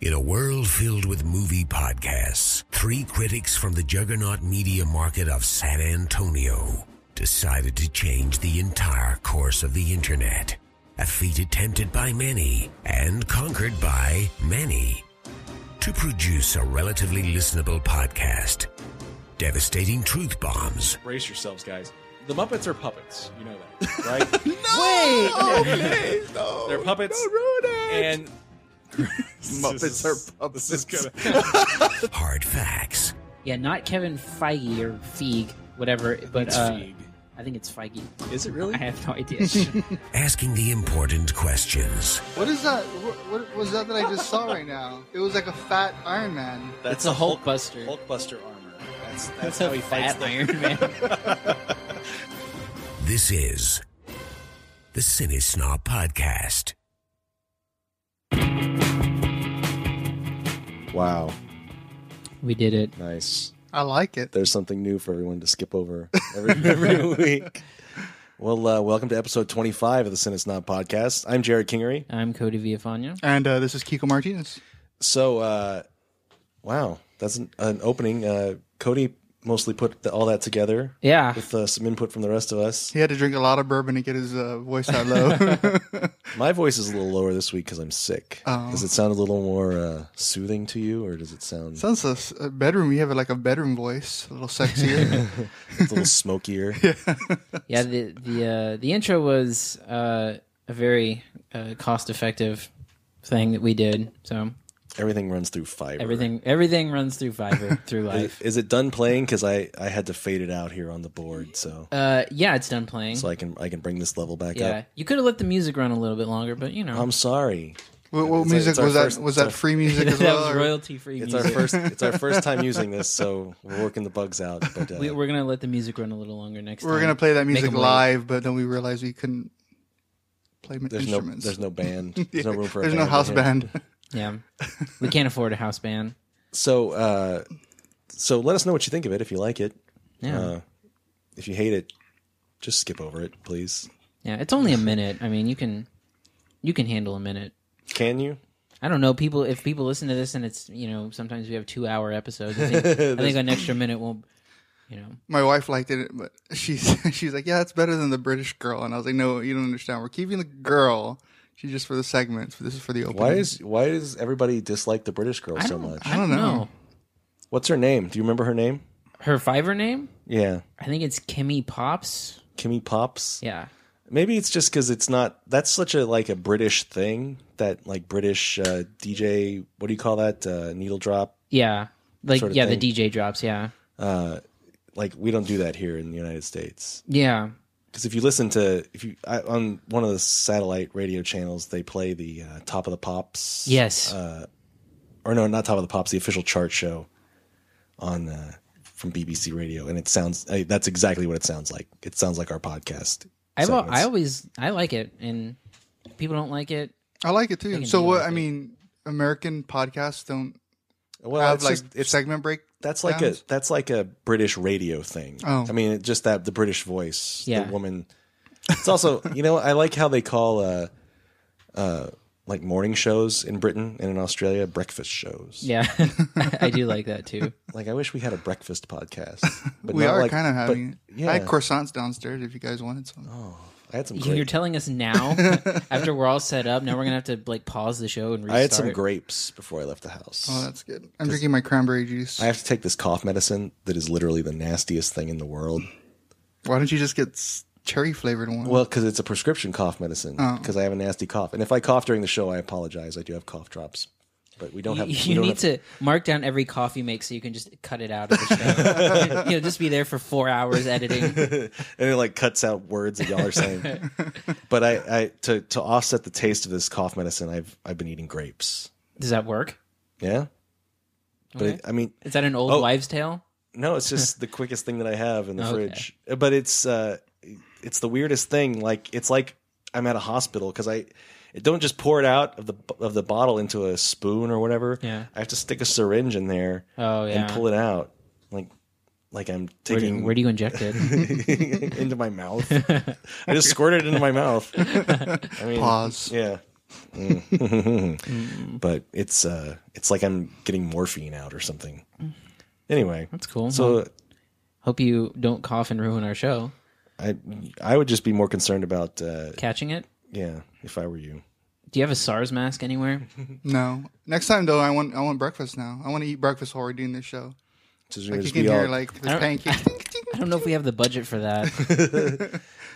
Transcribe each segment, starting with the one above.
In a world filled with movie podcasts, three critics from the juggernaut media market of San Antonio decided to change the entire course of the internet. A feat attempted by many and conquered by many. To produce a relatively listenable podcast, devastating truth bombs, Brace yourselves, guys. The Muppets are puppets. You know that, right? Wait, please, no. They're puppets. Don't ruin it. and Muppets This are puppets. This is gonna, hard facts, yeah, not Kevin Feige or Feig, whatever. But it's uh, Feig. I think it's Feige. Is it I really? have no idea. asking the important questions, What is that? What, what was that that I just saw right now? It was like a fat Iron Man. it's a Hulkbuster. Hulkbuster armor. That's That's that's a how he fights fat the Iron Man. This is the Cine Snob Podcast. Wow, we did it. nice. I like it. There's something new for everyone to skip over every, every week. Well, uh, welcome to episode 25 of the Sin It's Not podcast. I'm Jared Kingery. I'm Cody Viafania. And uh, this is Kiko Martinez. So, uh, wow, that's an, an opening. Uh, Cody mostly put the, all that together Yeah, with uh, some input from the rest of us. He had to drink a lot of bourbon to get his uh, voice that low. My voice is a little lower this week because I'm sick. Oh. Does it sound a little more uh, soothing to you, or does it sound Sounds a s- a uh, bedroom. You have like a bedroom voice, a little sexier. a little smokier? yeah. The the uh, the intro was uh, a very uh, cost effective thing that we did. So Everything runs through fiber. everything everything runs through Fiverr through Is, life. is it done playing? Because I, I had to fade it out here on the board, so Uh, yeah, it's done playing. so I can I can bring this level back yeah, up. you could have let the music run a little bit longer, but you know I'm sorry. what what It's our- music it's our was first- uh, that? Was it's our- that free music that as well? was or- royalty free. It's music. our first it's our first time using this, so we're working the bugs out. But uh, We, we're gonna let the music run a little longer next. we were time. gonna play that Make music 'em wait. live, but then we realized we couldn't play m- there's no instruments. there's no band. There's no room for a There's no in house here. band. Yeah, we can't afford a house band. So uh, so let us know what you think of it if you like it. Yeah, Uh, if you hate it, just skip over it, please. yeah. It's only a minute. I mean, you can you can handle a minute. Can you? I don't know people if people listen to this and it's you know sometimes we have two hour episodes. I think, I think an extra minute won't. You know, My wife liked it, but she's she's like, yeah, it's better than the British girl, and I was like, no, you don't understand. We're keeping the girl. She's just for the segments. This is for the opening. Why is why does everybody dislike the British girl I so don't. much? I don't know. What's her name? Do you remember her name? her Fiverr name. Yeah, I think it's Kimmy Pops. Kimmy Pops. Yeah, Maybe it's just because it's not. That's such a like a British thing that like British uh, DJ. What do you call that? Uh, needle drop. yeah. Like Sort of yeah, thing. the DJ drops. Yeah, Uh, Like we don't do that here in the United States. yeah. Because if you listen to if you I, on one of the satellite radio channels, they play the uh, Top of the Pops. uh, Yes. or no, not Top of the Pops, the official chart show on uh, from BBC Radio, and it sounds I, that's exactly what it sounds like. It sounds like our podcast. I've, al- segments. I always I like it, and people don't like it. I like it too. can So deal what? with I it. mean, American podcasts don't well, have it's like just- it's- segment break. that's like a downs? that's like a British radio thing. Oh. I mean, it- just that the British voice, Yeah. the woman. It's also you know I like how they call uh, uh, like morning shows in Britain and in Australia breakfast shows. Yeah, I do like that too. Like I wish we had a breakfast podcast. But we not are like- kind of but- having. yeah. Oh. I had croissants downstairs if you guys wanted some. I had some. You- You're Great, telling us now, after we're all set up, now we're gonna have to like pause the show and I restart. had some grapes before I left the house. Oh, that's good. I'm drinking my cranberry juice. I have to take this cough medicine that is literally the nastiest thing in the world. Why don't you just get s- cherry flavored one? Well, because it's a prescription cough medicine. Oh. Because I have a nasty cough, and if I cough during the show, I apologize. I do have cough drops, but we don't You, have. we you don't need have- to mark down every cough you make so you can just cut it out of the show. you know, just be there for four hours editing. and it like cuts out words that y'all are saying. but I, I to to offset the taste of this cough medicine, I've I've been eating grapes. Does that work? Yeah, but Okay. it, I mean, Is that an old Oh. wives' tale? no, it's just the quickest thing that I have in the Okay. fridge. But it's uh, it's the weirdest thing. Like it's like I'm at a hospital because I. It don't just pour it out of the of the bottle into a spoon or whatever. Yeah. I have to stick a syringe in there Oh yeah. and pull it out, like like I'm where, do, taking where do you inject it? into my mouth. I just squirted it into my mouth. I mean, Pause. Yeah. Mm. but it's uh, it's like I'm getting morphine out or something. Anyway, Mm. That's cool. So Hope you don't cough and ruin our show. I I would just be more concerned about uh, Catching it. yeah if I were you. Do you have a SARS mask anywhere? No. Next time though, I want I want breakfast now. I want to eat breakfast while we're doing this show. Just Like gonna you just can be hear all like the don't- pancakes. I don't know if we have the budget for that.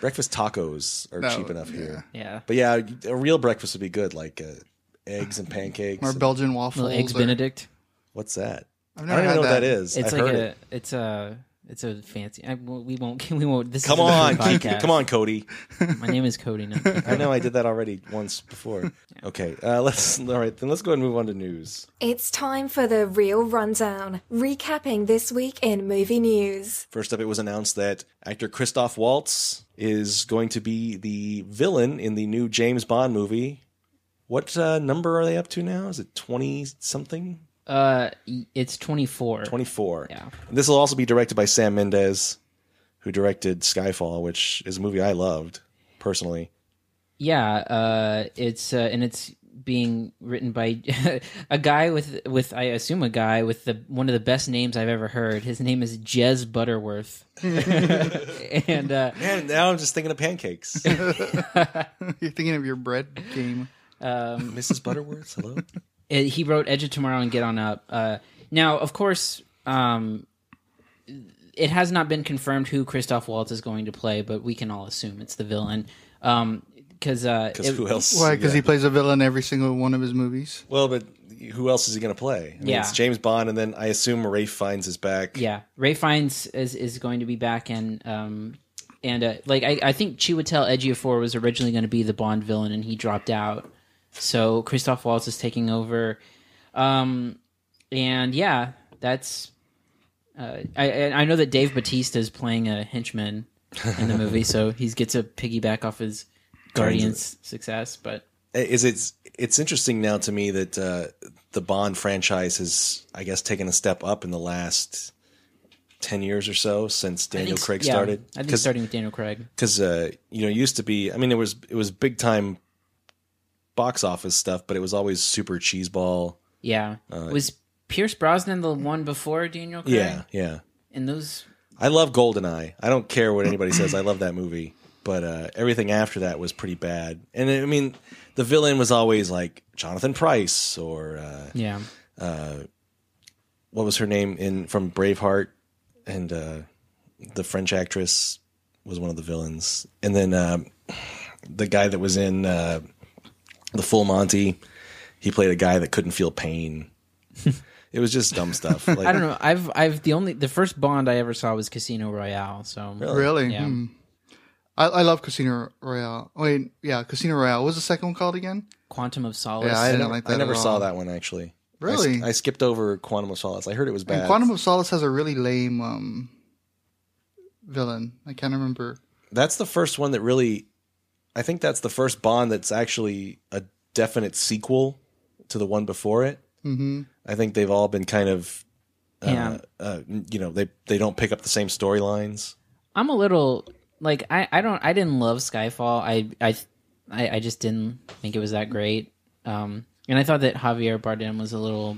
breakfast tacos are No, cheap enough here. Yeah. But yeah, a real breakfast would be good, like uh, eggs and pancakes. or and- Belgian waffles. Little eggs or- Benedict. what's that? I've I never don't even had know that. what that is. I've It's like heard a it. it's a it's a fancy. I, we won't we won't. This Come is a on, different keep, podcast. come on, Cody. My name is Cody. Not I know I did that already once before. Okay, uh, let's all right then. Let's go ahead and move on to news. It's time for the real rundown, recapping this week in movie news. First up, it was announced that actor Christoph Waltz is going to be the villain in the new James Bond movie. What uh, number are they up to now? Is it twenty something? Uh, it's twenty four. Twenty four. Yeah. This will also be directed by Sam Mendes, who directed Skyfall, which is a movie I loved personally. Yeah, uh, it's uh, and it's being written by a guy with with I assume a guy with the one of the best names I've ever heard. His name is Jez Butterworth, and uh, Man, now I'm just thinking of pancakes. You're thinking of your bread game. Mrs. Butterworth, hello. it- he wrote Edge of Tomorrow and Get On Up. Uh, now, of course, um, it has not been confirmed who Christoph Waltz is going to play, but we can all assume it's the villain. Because uh, Because it- who else? Why? Because yeah. he plays a villain in every single one of his movies. Well, but who else is he going to play? I mean, Yeah. it's James Bond, and then I assume Rafe finds his back. Yeah, Ray Fiennes is is going to be back, and um, and uh, like I, I think Chiwetel Ejiofor was originally going to be the Bond villain, and he dropped out. So Christoph Waltz is taking over, um, and yeah, that's. Uh, I I I know that Dave Batista is playing a henchman in the movie, so he gets a piggyback off his Guardians success. But Uh, is it's it's interesting now to me that uh, the Bond franchise has, I guess, taken a step up in the last ten years or so since I Daniel think- Craig yeah, started. I think starting with Daniel Craig. because uh, you know, it used to be. I mean, it was it was big time box office stuff, but it was always super cheeseball. Yeah, was Pierce Brosnan the one before Daniel Craig? Uh, Yeah, yeah. and those I love Goldeneye. I don't care what anybody says. I love that movie, but uh, everything after that was pretty bad. And I mean, the villain was always like Jonathan Price or uh, yeah. what was her name in from Braveheart, and uh, the French actress was one of the villains. And then um the guy that was in uh, the Full Monty, he played a guy that couldn't feel pain. it was just dumb stuff. Like, I don't know. I've I've the only the first Bond I ever saw was Casino Royale. So Really? Yeah. Hmm. I, I love Casino Royale. Wait, yeah, Casino Royale. What was the second one called again? Quantum of Solace. Yeah, I didn't like that. I never at saw all. that one actually. I s- Really? I, skipped over Quantum of Solace. I heard it was bad. And Quantum of Solace has a really lame um, villain. I can't remember. that's the first one that really. I think that's the first Bond that's actually a definite sequel to the one before it. hmm I think they've all been kind of, uh, Yeah. uh, you know, they they don't pick up the same storylines. I'm a little like I, I don't I didn't love Skyfall. I I I, I just didn't think it was that great. Um, and I thought that Javier Bardem was a little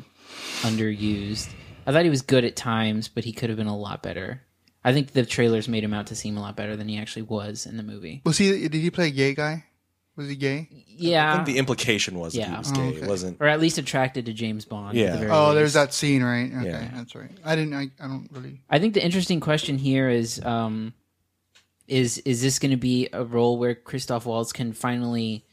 underused. I thought he was good at times, but he could have been a lot better. I think the trailers made him out to seem a lot better than he actually was in the movie. Was he? Did he play a gay guy? Was he gay? I Yeah, think the implication was that he Ah. Yeah. was Oh, gay. It okay. wasn't. or at least attracted to James Bond. at Yeah. the very Oh, least. there's that scene, right? Okay, Yeah. that's right. I didn't. I, I don't really. I think the interesting question here is um, is is this going to be a role where Christoph Waltz can finally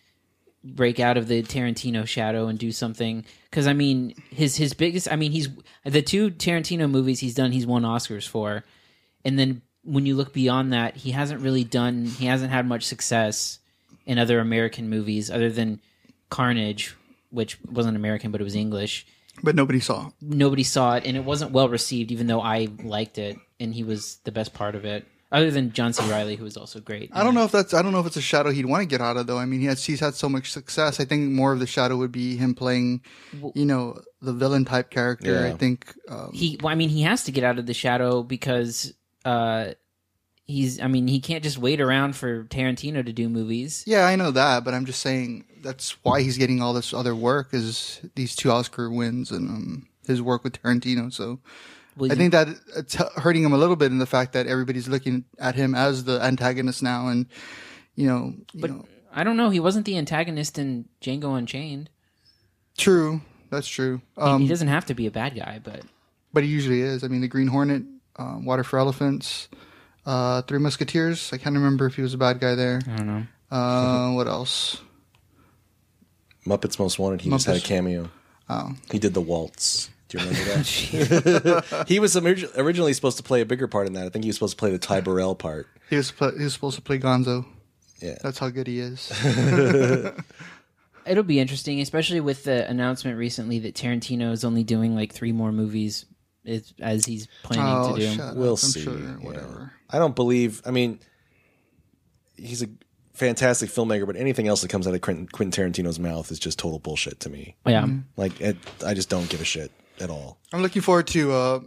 break out of the Tarantino shadow and do something? Because I mean, his his biggest I mean he's the two Tarantino movies he's done he's won Oscars for, and then when you look beyond that, he hasn't really done he hasn't had much success in other American movies other than Carnage, which wasn't American but it was English But nobody saw. nobody saw it and it wasn't well received even though i liked it and he was the best part of it other than john c riley who was also great I don't know if that's. I don't know if it's a shadow he'd want to get out of though. I mean, he has, he's had so much success. I think more of the shadow would be him playing, you know, the villain type character. Yeah. I think. Um, he well, i mean he has to get out of the shadow because uh he's I mean he can't just wait around for Tarantino to do movies. Yeah, I know that, but I'm just saying that's why he's getting all this other work is these two Oscar wins and um, his work with Tarantino. So Well, I you- think that it's hurting him a little bit in the fact that everybody's looking at him as the antagonist now, and you know, you know, I don't know. He wasn't the antagonist in Django Unchained. true, that's true. I mean, Um, he doesn't have to be a bad guy, but but he usually is. I mean, the Green Hornet, um, Water for Elephants, uh, Three Musketeers. I can't remember if he was a bad guy there. I don't know. Uh, what else? Muppets Most Wanted. He just had a Muppets- cameo. Oh, he did the waltz. Do you remember that? he was orig- originally supposed to play a bigger part in that. I think he was supposed to play the Ty Burrell part. He was pl- he was supposed to play Gonzo. Yeah. That's how good he is. It'll be interesting, especially with the announcement recently that Tarantino is only doing like three more movies as, as he's planning oh, to do. shut we'll up. I'm see. Sure, yeah. whatever. I don't believe. I mean, he's a fantastic filmmaker, but anything else that comes out of Quentin, Quentin Tarantino's mouth is just total bullshit to me. Yeah. Like, it, I just don't give a shit at all. I'm looking forward to uh,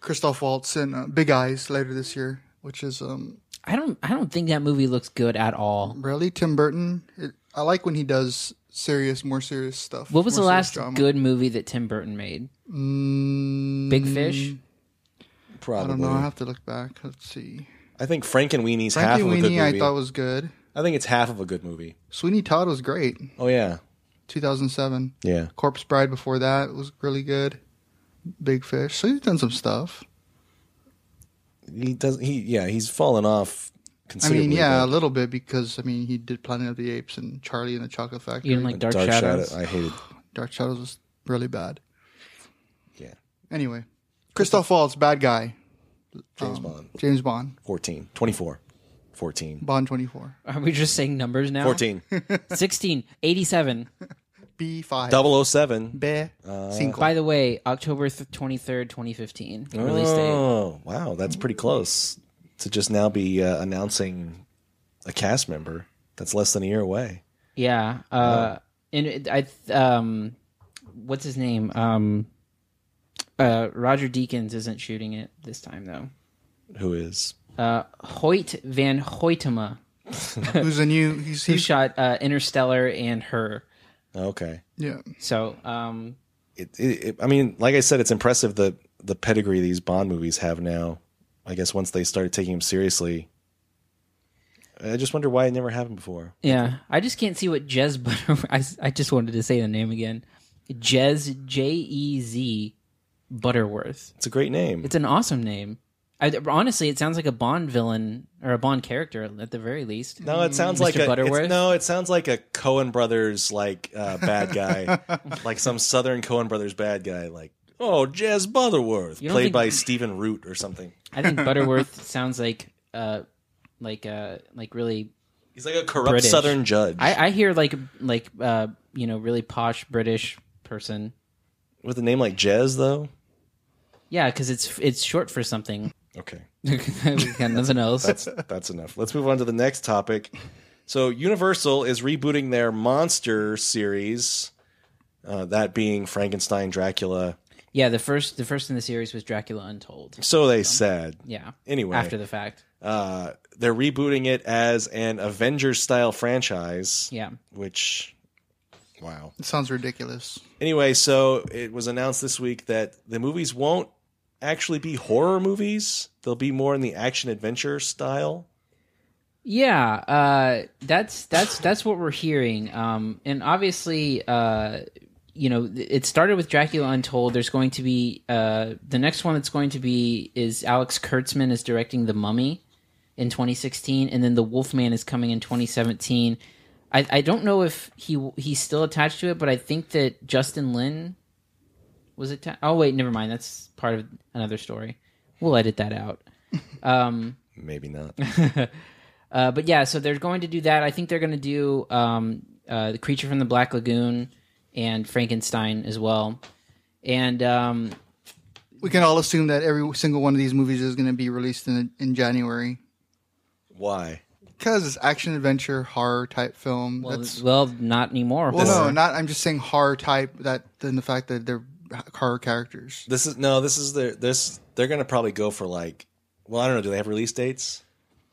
Christoph Waltz and uh, Big Eyes later this year, which is um, I don't I don't think that movie looks good at all. really Tim Burton. It, I like when he does serious, more serious stuff. What was more the serious last drama. good movie that Tim Burton made? Mm, Big Fish? I Probably. I, don't know. I have to look back. Let's see. think Frank and Weenie's half Frankie of a good Weenie, movie. I thought was good. I think it's half of a good movie. Sweeney Todd was great. Oh yeah, 2007. yeah. Corpse Bride before that was really good. Big Fish. So he's done some stuff. He does. He yeah. He's fallen off. I Considerably, mean, yeah, a but little bit because I mean he did Planet of the Apes and Charlie and the Chocolate Factory. You didn't like Dark, Dark Shadows? Shadow. I hated. Dark Shadows was really bad. Yeah, Anyway, Christoph Waltz, bad guy. Um, James Bond. James Bond, 14, 24, 14, Bond 24, Are we just saying numbers now? 14, 16, 87. B5, 007. B, Uh, cinco. By the way, October th- 23rd, 2015. Release date. Oh, wow. That's pretty close to just now be uh, announcing a cast member that's less than a year away. Yeah. Uh, and it, I, th- um, what's his name? Um, uh, Roger Deakins isn't shooting it this time, though. Who is? Uh, Hoyt Van Hoytema, Who's a new? He's, who he's shot uh, Interstellar and Her. Okay. yeah. So, um, It, it, it, I mean, like I said, it's impressive that the pedigree these Bond movies have now. I guess once they started taking him seriously, I just wonder why it never happened before. yeah. I just can't see what Jez Butter. I, s- I just wanted to say the name again. Jez, J E Z Butterworth. It's a great name. It's an awesome name. I, honestly, it sounds like a Bond villain or a Bond character at the very least. No, it sounds Mr. like a Butterworth? it's- no, it sounds like a Cohen Brothers like uh, bad guy, like some Southern Cohen Brothers bad guy, like oh Jazz Butterworth, don't played think- by Stephen Root or something. I think Butterworth sounds like uh like uh like really He's like a corrupt British. Southern judge I, I hear like like uh you know really posh British person. with a name like Jazz though. Yeah, because it's it's short for something. Okay, we got nothing else. that's that's enough. Let's move on to the next topic. So Universal is rebooting their monster series, uh, that being Frankenstein, Dracula. Yeah, the first the first in the series was Dracula Untold. So they said. Yeah. Anyway, After the fact. uh, they're rebooting it as an Avengers style franchise. Yeah. Which, wow. It sounds ridiculous. Anyway, so it was announced this week that the movies won't actually be horror movies. They'll be more in the action adventure style. Yeah, uh, that's that's that's what we're hearing, um, and obviously, uh, you know, th- it started with Dracula Untold. There's going to be uh, the next one that's going to be is Alex Kurtzman is directing The Mummy in 2016, and then The Wolfman is coming in 2017. I, I don't know if he he's still attached to it, but I think that Justin Lin was attached. Oh wait, never mind. That's part of another story. We'll edit that out. Maybe not. Uh, but yeah, so they're going to do that. I think they're going to do um, uh, the creature from the Black Lagoon and Frankenstein as well. And um, We can all assume that every single one of these movies is going to be released in in January Why? because it's action adventure horror type film. well, That's well, not anymore. well, horror. no, not. I'm just saying horror type. That than the fact that they're horror characters. This is no. This is their this. They're gonna probably go for like. Well, I don't know. Do they have release dates?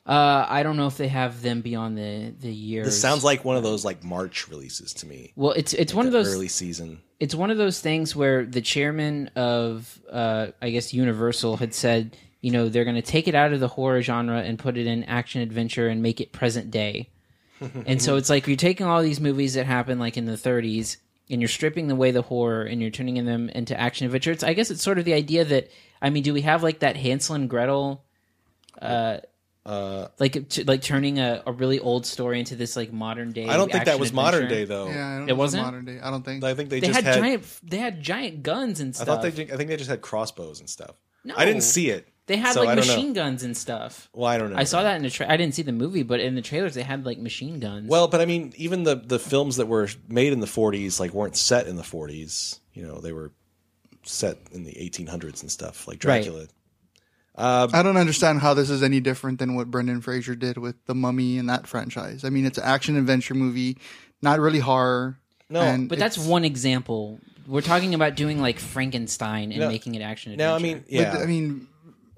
Uh, I don't know if they have them beyond the the year. This sounds like one of those like March releases to me. well. It's it's one of The those early season. it's one of those things where the chairman of uh, I guess Universal had said, you know, they're going to take it out of the horror genre and put it in action adventure and make it present day. and so it's like you're taking all these movies that happen like in the 30s and you're stripping away the horror and you're turning them into action adventure. It's, I guess it's sort of the idea that I mean, do we have like that Hansel and Gretel uh, like t- like turning a, a really old story into this like modern day I don't think that action was modern adventure? day though. Yeah, I don't It know if it's wasn't? modern day. I don't think. I think they, they just had, had, giant they had giant guns and I stuff thought they. ju- I think they just had crossbows and stuff. No. I didn't see it. They had so I like don't know. machine guns and stuff. Well, I don't know. I saw that in the tra- I didn't see the movie, but in the trailers they had like machine guns. Well, but I mean, even the the films that were made in the 40s like weren't set in the 40s. You know, they were set in the 1800s and stuff, like Right. Dracula. I don't understand how this is any different than what Brendan Fraser did with The Mummy and that franchise. I mean, it's an action adventure movie, not really horror. No, and but that's it's- one example. We're talking about doing like Frankenstein and No. making it action adventure. Now, I mean, but, yeah, I mean,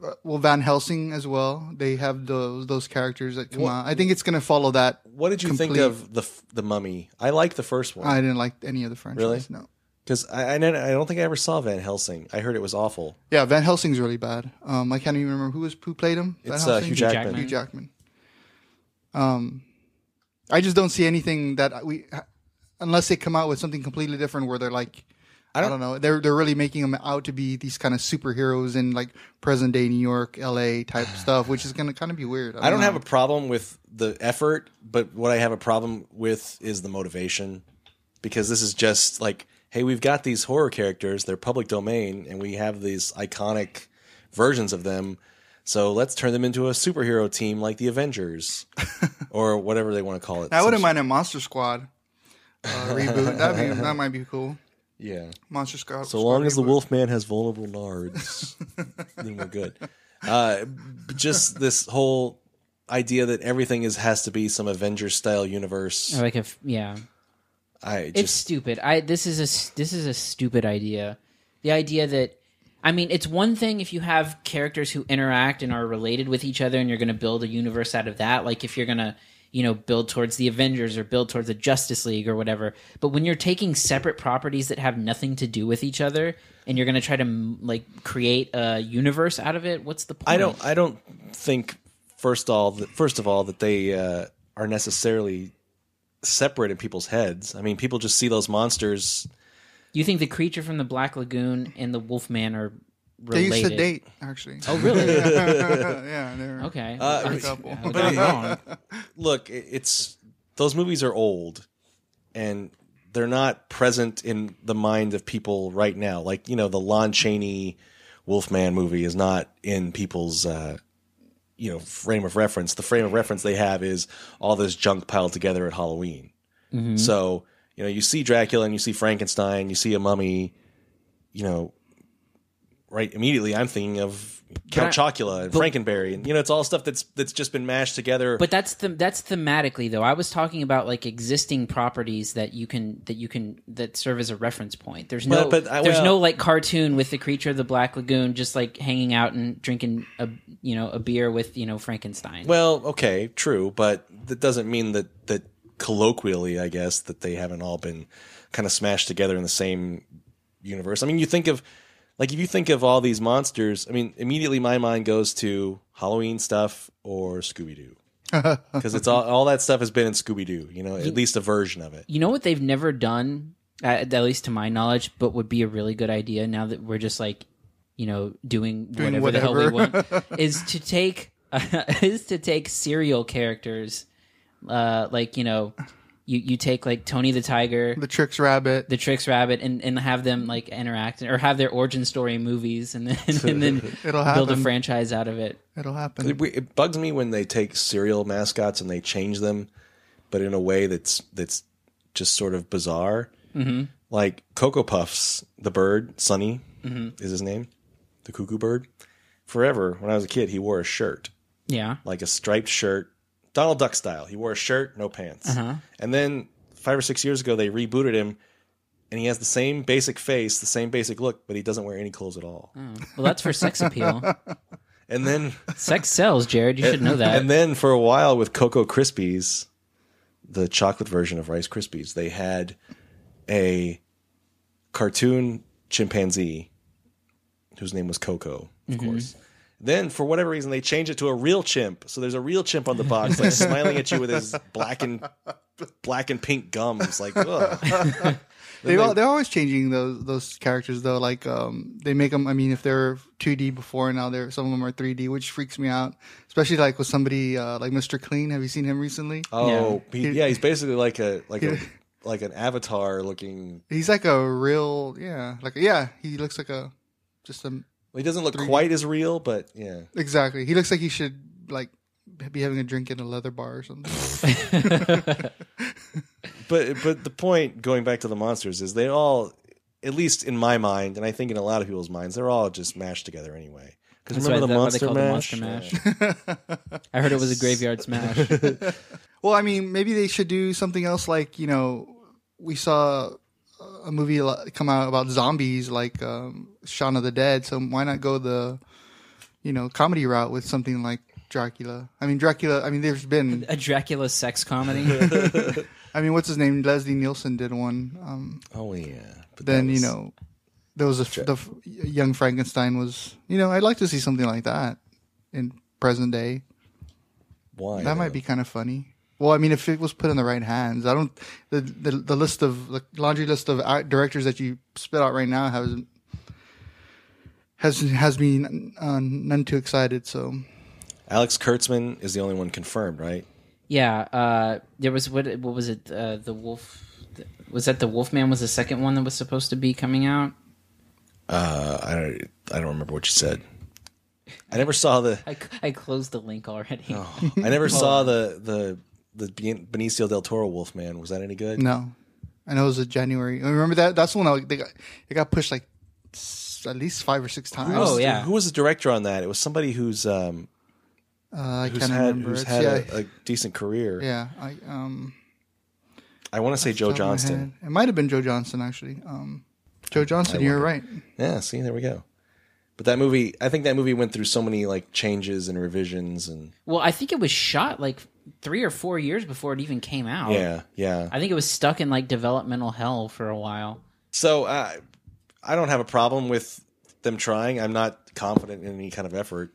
uh, well, Van Helsing as well. They have those those characters that come out. I think it's going to follow that. what did you think complete- of the f- the Mummy? I like the first I one didn't like any of the franchise. Really? No. because I, I don't- I don't think I ever saw Van Helsing. I heard it was awful. Yeah, Van Helsing's really bad. Um, I can't even remember who was who played him. Van It's uh, Helsing? Hugh Jackman. Jackman. Hugh Jackman. Um, I just don't see anything that we, unless they come out with something completely different, where they're like, I don't, know, they're they're really making them out to be these kind of superheroes in like present day New York, L.A. type stuff, which is gonna kind of be weird. I don't have a problem with the effort, but what I have a problem with is the motivation because this is just like, hey, we've got these horror characters, they're public domain, and we have these iconic versions of them. So let's turn them into a superhero team like the Avengers or whatever they want to call it. I wouldn't Some- mind a Monster Squad uh, reboot. That be that might be cool. Yeah. Monster Squad. So long as the Wolfman has vulnerable nards, then we're good. Uh, but just this whole idea that everything is has to be some Avengers style universe. Or, like if yeah, I it's just stupid. I this is a s- this is a stupid idea. The idea that I mean, it's one thing if you have characters who interact and are related with each other, and you're going to build a universe out of that. Like if you're going to you know build towards the Avengers or build towards the Justice League or whatever. But when you're taking separate properties that have nothing to do with each other, and you're going to try to m- like create a universe out of it, what's the point? I don't. I don't think first all that, first of all that they uh, are necessarily separate in people's heads. I mean, people just see those monsters. You think the creature from the Black Lagoon and the Wolfman are they related? used to date actually. Oh, really? yeah. they're- okay. Uh, they're a couple. I got it wrong. Look, it, it's those movies are old, and they're not present in the mind of people right now. Like you know, the Lon Chaney Wolfman movie is not in people's. Uh, you know, frame of reference. The frame of reference they have is all this junk piled together at Halloween. Mm-hmm. So, you know, you see Dracula and you see Frankenstein, you see a mummy, you know, right immediately I'm thinking of Count But I- Chocula and Frankenberry and you know, it's all stuff that's that's just been mashed together. But that's the that's thematically though. I was talking about like existing properties that you can that you can that serve as a reference point. There's no Well, but I- there's well- no like cartoon with the creature of the black lagoon just like hanging out and drinking a you know a beer with you know Frankenstein. well, okay, true, but that doesn't mean that that colloquially, I guess, that they haven't all been kind of smashed together in the same universe. I mean, you think of like if you think of all these monsters, I mean, immediately my mind goes to Halloween stuff or Scooby Doo. Because it's all, all that stuff has been in Scooby Doo, you know, at least a version of it. you know what they've never done at, at least to my knowledge but would be a really good idea now that we're just like you know doing, Doing whatever, the whatever. hell we want is to take is to take serial characters uh like you know you you take like tony the tiger The Tricks Rabbit. the tricks rabbit and, and have them like interact or have their origin story in movies and then and then It'll build a happen. franchise out of it It'll happen. It, it bugs me when they take serial mascots and they change them, but in a way that's that's just sort of bizarre. Mm-hmm. Like Cocoa Puffs, the bird Sunny is his name, the cuckoo bird. Forever, when I was a kid, he wore a shirt yeah like a striped shirt, Donald Duck style. He wore a shirt, no pants. And then five or six years ago, they rebooted him, and he has the same basic face, the same basic look, but he doesn't wear any clothes at all. well that's for sex appeal And then Sex sells, Jared. You should know that. And then for a while with Cocoa Krispies, the chocolate version of Rice Krispies, they had a cartoon chimpanzee whose name was Coco, of course. Then for whatever reason they changed it to a real chimp. So there's a real chimp on the box, like smiling at you with his black and black and pink gums. Like, ugh. They, al- they're always changing those those characters though. Like um, they make them. I mean, if they're 2D before, now they're some of them are 3D, which freaks me out. Especially like with somebody uh, like Mr. Clean. Have you seen him recently? Oh, he, yeah, he's basically like a like a like an avatar looking. He's like a real, yeah, like yeah. He looks like a just a He doesn't look quite as real, but yeah. exactly. He looks like he should like be having a drink in a leather bar or something. But but the point going back to the monsters is they all, at least in my mind, and I think in a lot of people's minds, they're all just mashed together anyway. Because That's remember the why monster, they- why they mash? call it the Monster Mash? I heard it was a graveyard smash. Well, I mean, maybe they should do something else. Like you know, we saw a movie lo- come out about zombies, like um, Shaun of the Dead. So why not go the you know comedy route with something like Dracula? I mean, Dracula. I mean, there's been. a Dracula sex comedy. I mean, what's his name? Leslie Nielsen did one. Um, Oh yeah. But then that you was- know, there was a f- the f- young Frankenstein was. You know, I'd like to see something like that in present day. why That might be kind of funny. Well, I mean, if it was put in the right hands, I don't. The the, the list of the laundry list of act- directors that you spit out right now has has has me uh, none too excited. So Alex Kurtzman is the only one confirmed, right? yeah, uh, there was what? What was it? Uh, the Wolf. Was that the Wolfman? Was the second one that was supposed to be coming out? Uh, I don't I don't remember what you said. I never saw the I, I closed the link already. Oh. I never saw the the the Ben- Benicio del Toro Wolfman. Was that any good? no, I know it was a January. I remember that. That's when I they got it got pushed like s- at least five or six times. Oh, yeah. Who was the director on that? It was somebody who's um uh, I who's can't had remember. who's It's, had yeah, a, a decent career. yeah. I um I want to say Joe top of my Johnston. head. It might have been Joe Johnston actually. Um, Joe Johnston, you're right. Yeah, see, there we go. But that movie, I think that movie went through so many like changes and revisions, and Well, I think it was shot like three or four years before it even came Oh. out. yeah, yeah. I think it was stuck in like developmental hell for a while. So uh, I don't have a problem with them trying. I'm not confident in any kind of effort,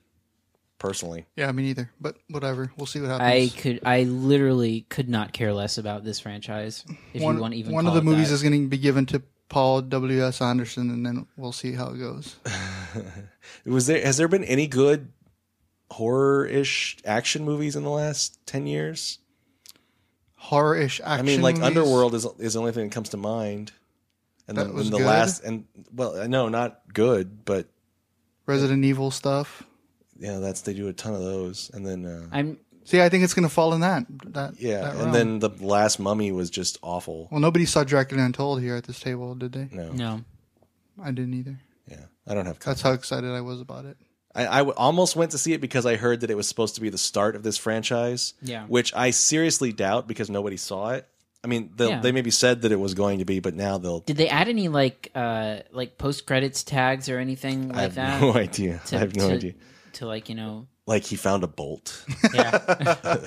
personally. Yeah, me neither. But whatever. We'll see what happens. I could, I literally could not care less about this franchise. If one, you want to even one call of the it movies that. is going to be given to Paul W S Anderson, and then we'll see how it goes. Was there has there been any good horror ish action movies in the last ten years? Horror-ish action. I mean, like movies. Underworld is is the only thing that comes to mind, and That the, was and the good? last and well, no, not good, but Resident Evil stuff. yeah, that's they do a ton of those, and then. Uh, I'm See, I think it's going to fall in that. That Yeah, that and realm. then the last mummy was just awful. well, nobody saw Dracula Untold here at this table, did they? No, no. I didn't either. yeah, I don't have. That's how excited I was about it. I, I w- almost went to see it because I heard that it was supposed to be the start of this franchise. Yeah. which I seriously doubt because nobody saw it. I mean, they'll- Yeah. they maybe said that it was going to be, but now they'll. Did they add any like uh like post credits tags or anything like I have that? no idea. I have no to, idea. To like you know, Like he found a bolt. yeah.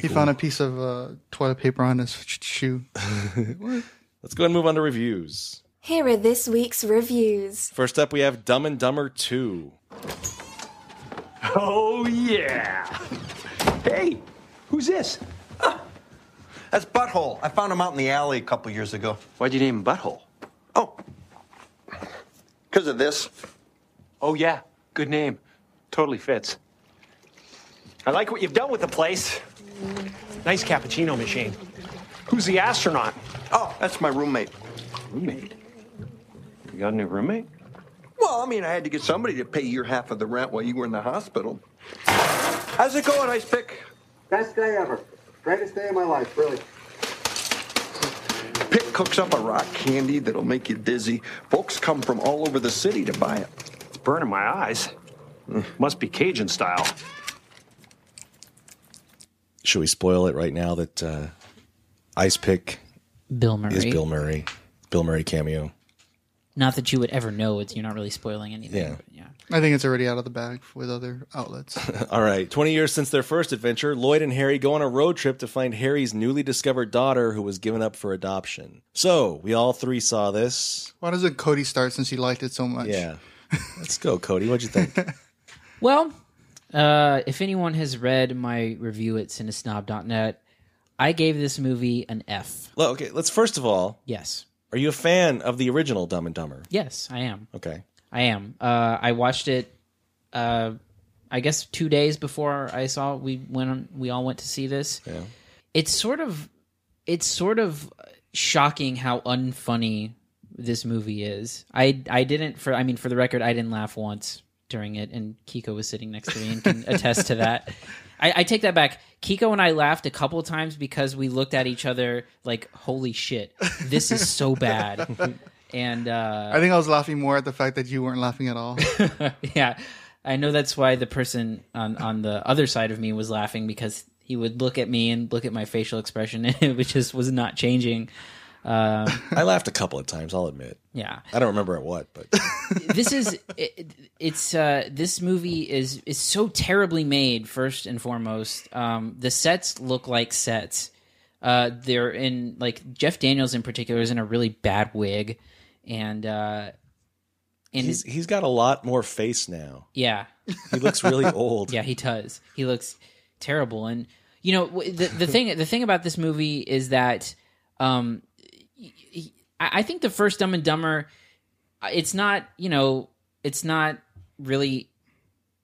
he found a piece of uh, toilet paper on his sh- shoe. Let's go and move on to reviews. Here are this week's reviews. First up, we have Dumb and Dumber Two. Oh, yeah. Hey, who's this? That's Butthole. I found him out in the alley a couple years ago. Why'd you name him Butthole? Oh, because of this. Oh, yeah. Good name. Totally fits. I like what you've done with the place. Nice cappuccino machine. Who's the astronaut? Oh, that's my roommate. Roommate. You got a new roommate? Well, I mean, I had to get somebody to pay your half of the rent while you were in the hospital. How's it going, Ice Pick? Best day ever. Greatest day of my life, really. Pick cooks up a rock candy that'll make you dizzy. Folks come from all over the city to buy it. It's burning my eyes. Must be Cajun style. Should we spoil it right now that uh, Ice Pick Bill Murray. is Bill Murray? Bill Murray cameo. Not that you would ever know. It's you're not really spoiling anything. Yeah. but yeah. I think it's already out of the bag with other outlets. All right. 20 years since their first adventure, Lloyd and Harry go on a road trip to find Harry's newly discovered daughter who was given up for adoption. So, we all three saw this. Why doesn't Cody start since he liked it so much? Yeah. Let's go, Cody. What'd you think? Well, uh, if anyone has read my review at cinesnob.net, I gave this movie an F. well, okay, let's first of all, Yes. are you a fan of the original Dumb and Dumber? Yes, I am. Okay. I am. Uh, I watched it. Uh, I guess two days before I saw we went. On, we all went to see this. Yeah. It's sort of, it's sort of shocking how unfunny this movie is. I I didn't for. I mean, for the record, I didn't laugh once during it, and Kiko was sitting next to me and can attest to that. I, I take that back. Kiko and I laughed a couple times because we looked at each other like, "Holy shit, this is so bad." and uh, I think I was laughing more at the fact that you weren't laughing at all. yeah i know that's why the person on on the other side of me was laughing because he would look at me and look at my facial expression and it was just was not changing I laughed a couple of times, I'll admit. yeah I don't remember at what, but this is it, it- it's uh this movie is is so terribly made first and foremost um the sets look like sets uh they're in like jeff daniels in particular is in a really bad wig and uh and he's he's got a lot more face now. yeah He looks really old. Yeah, he does. He looks terrible. And you know w- the the thing the thing about this movie is that um, y- y- I I think the first Dumb and Dumber, uh, it's not you know it's not really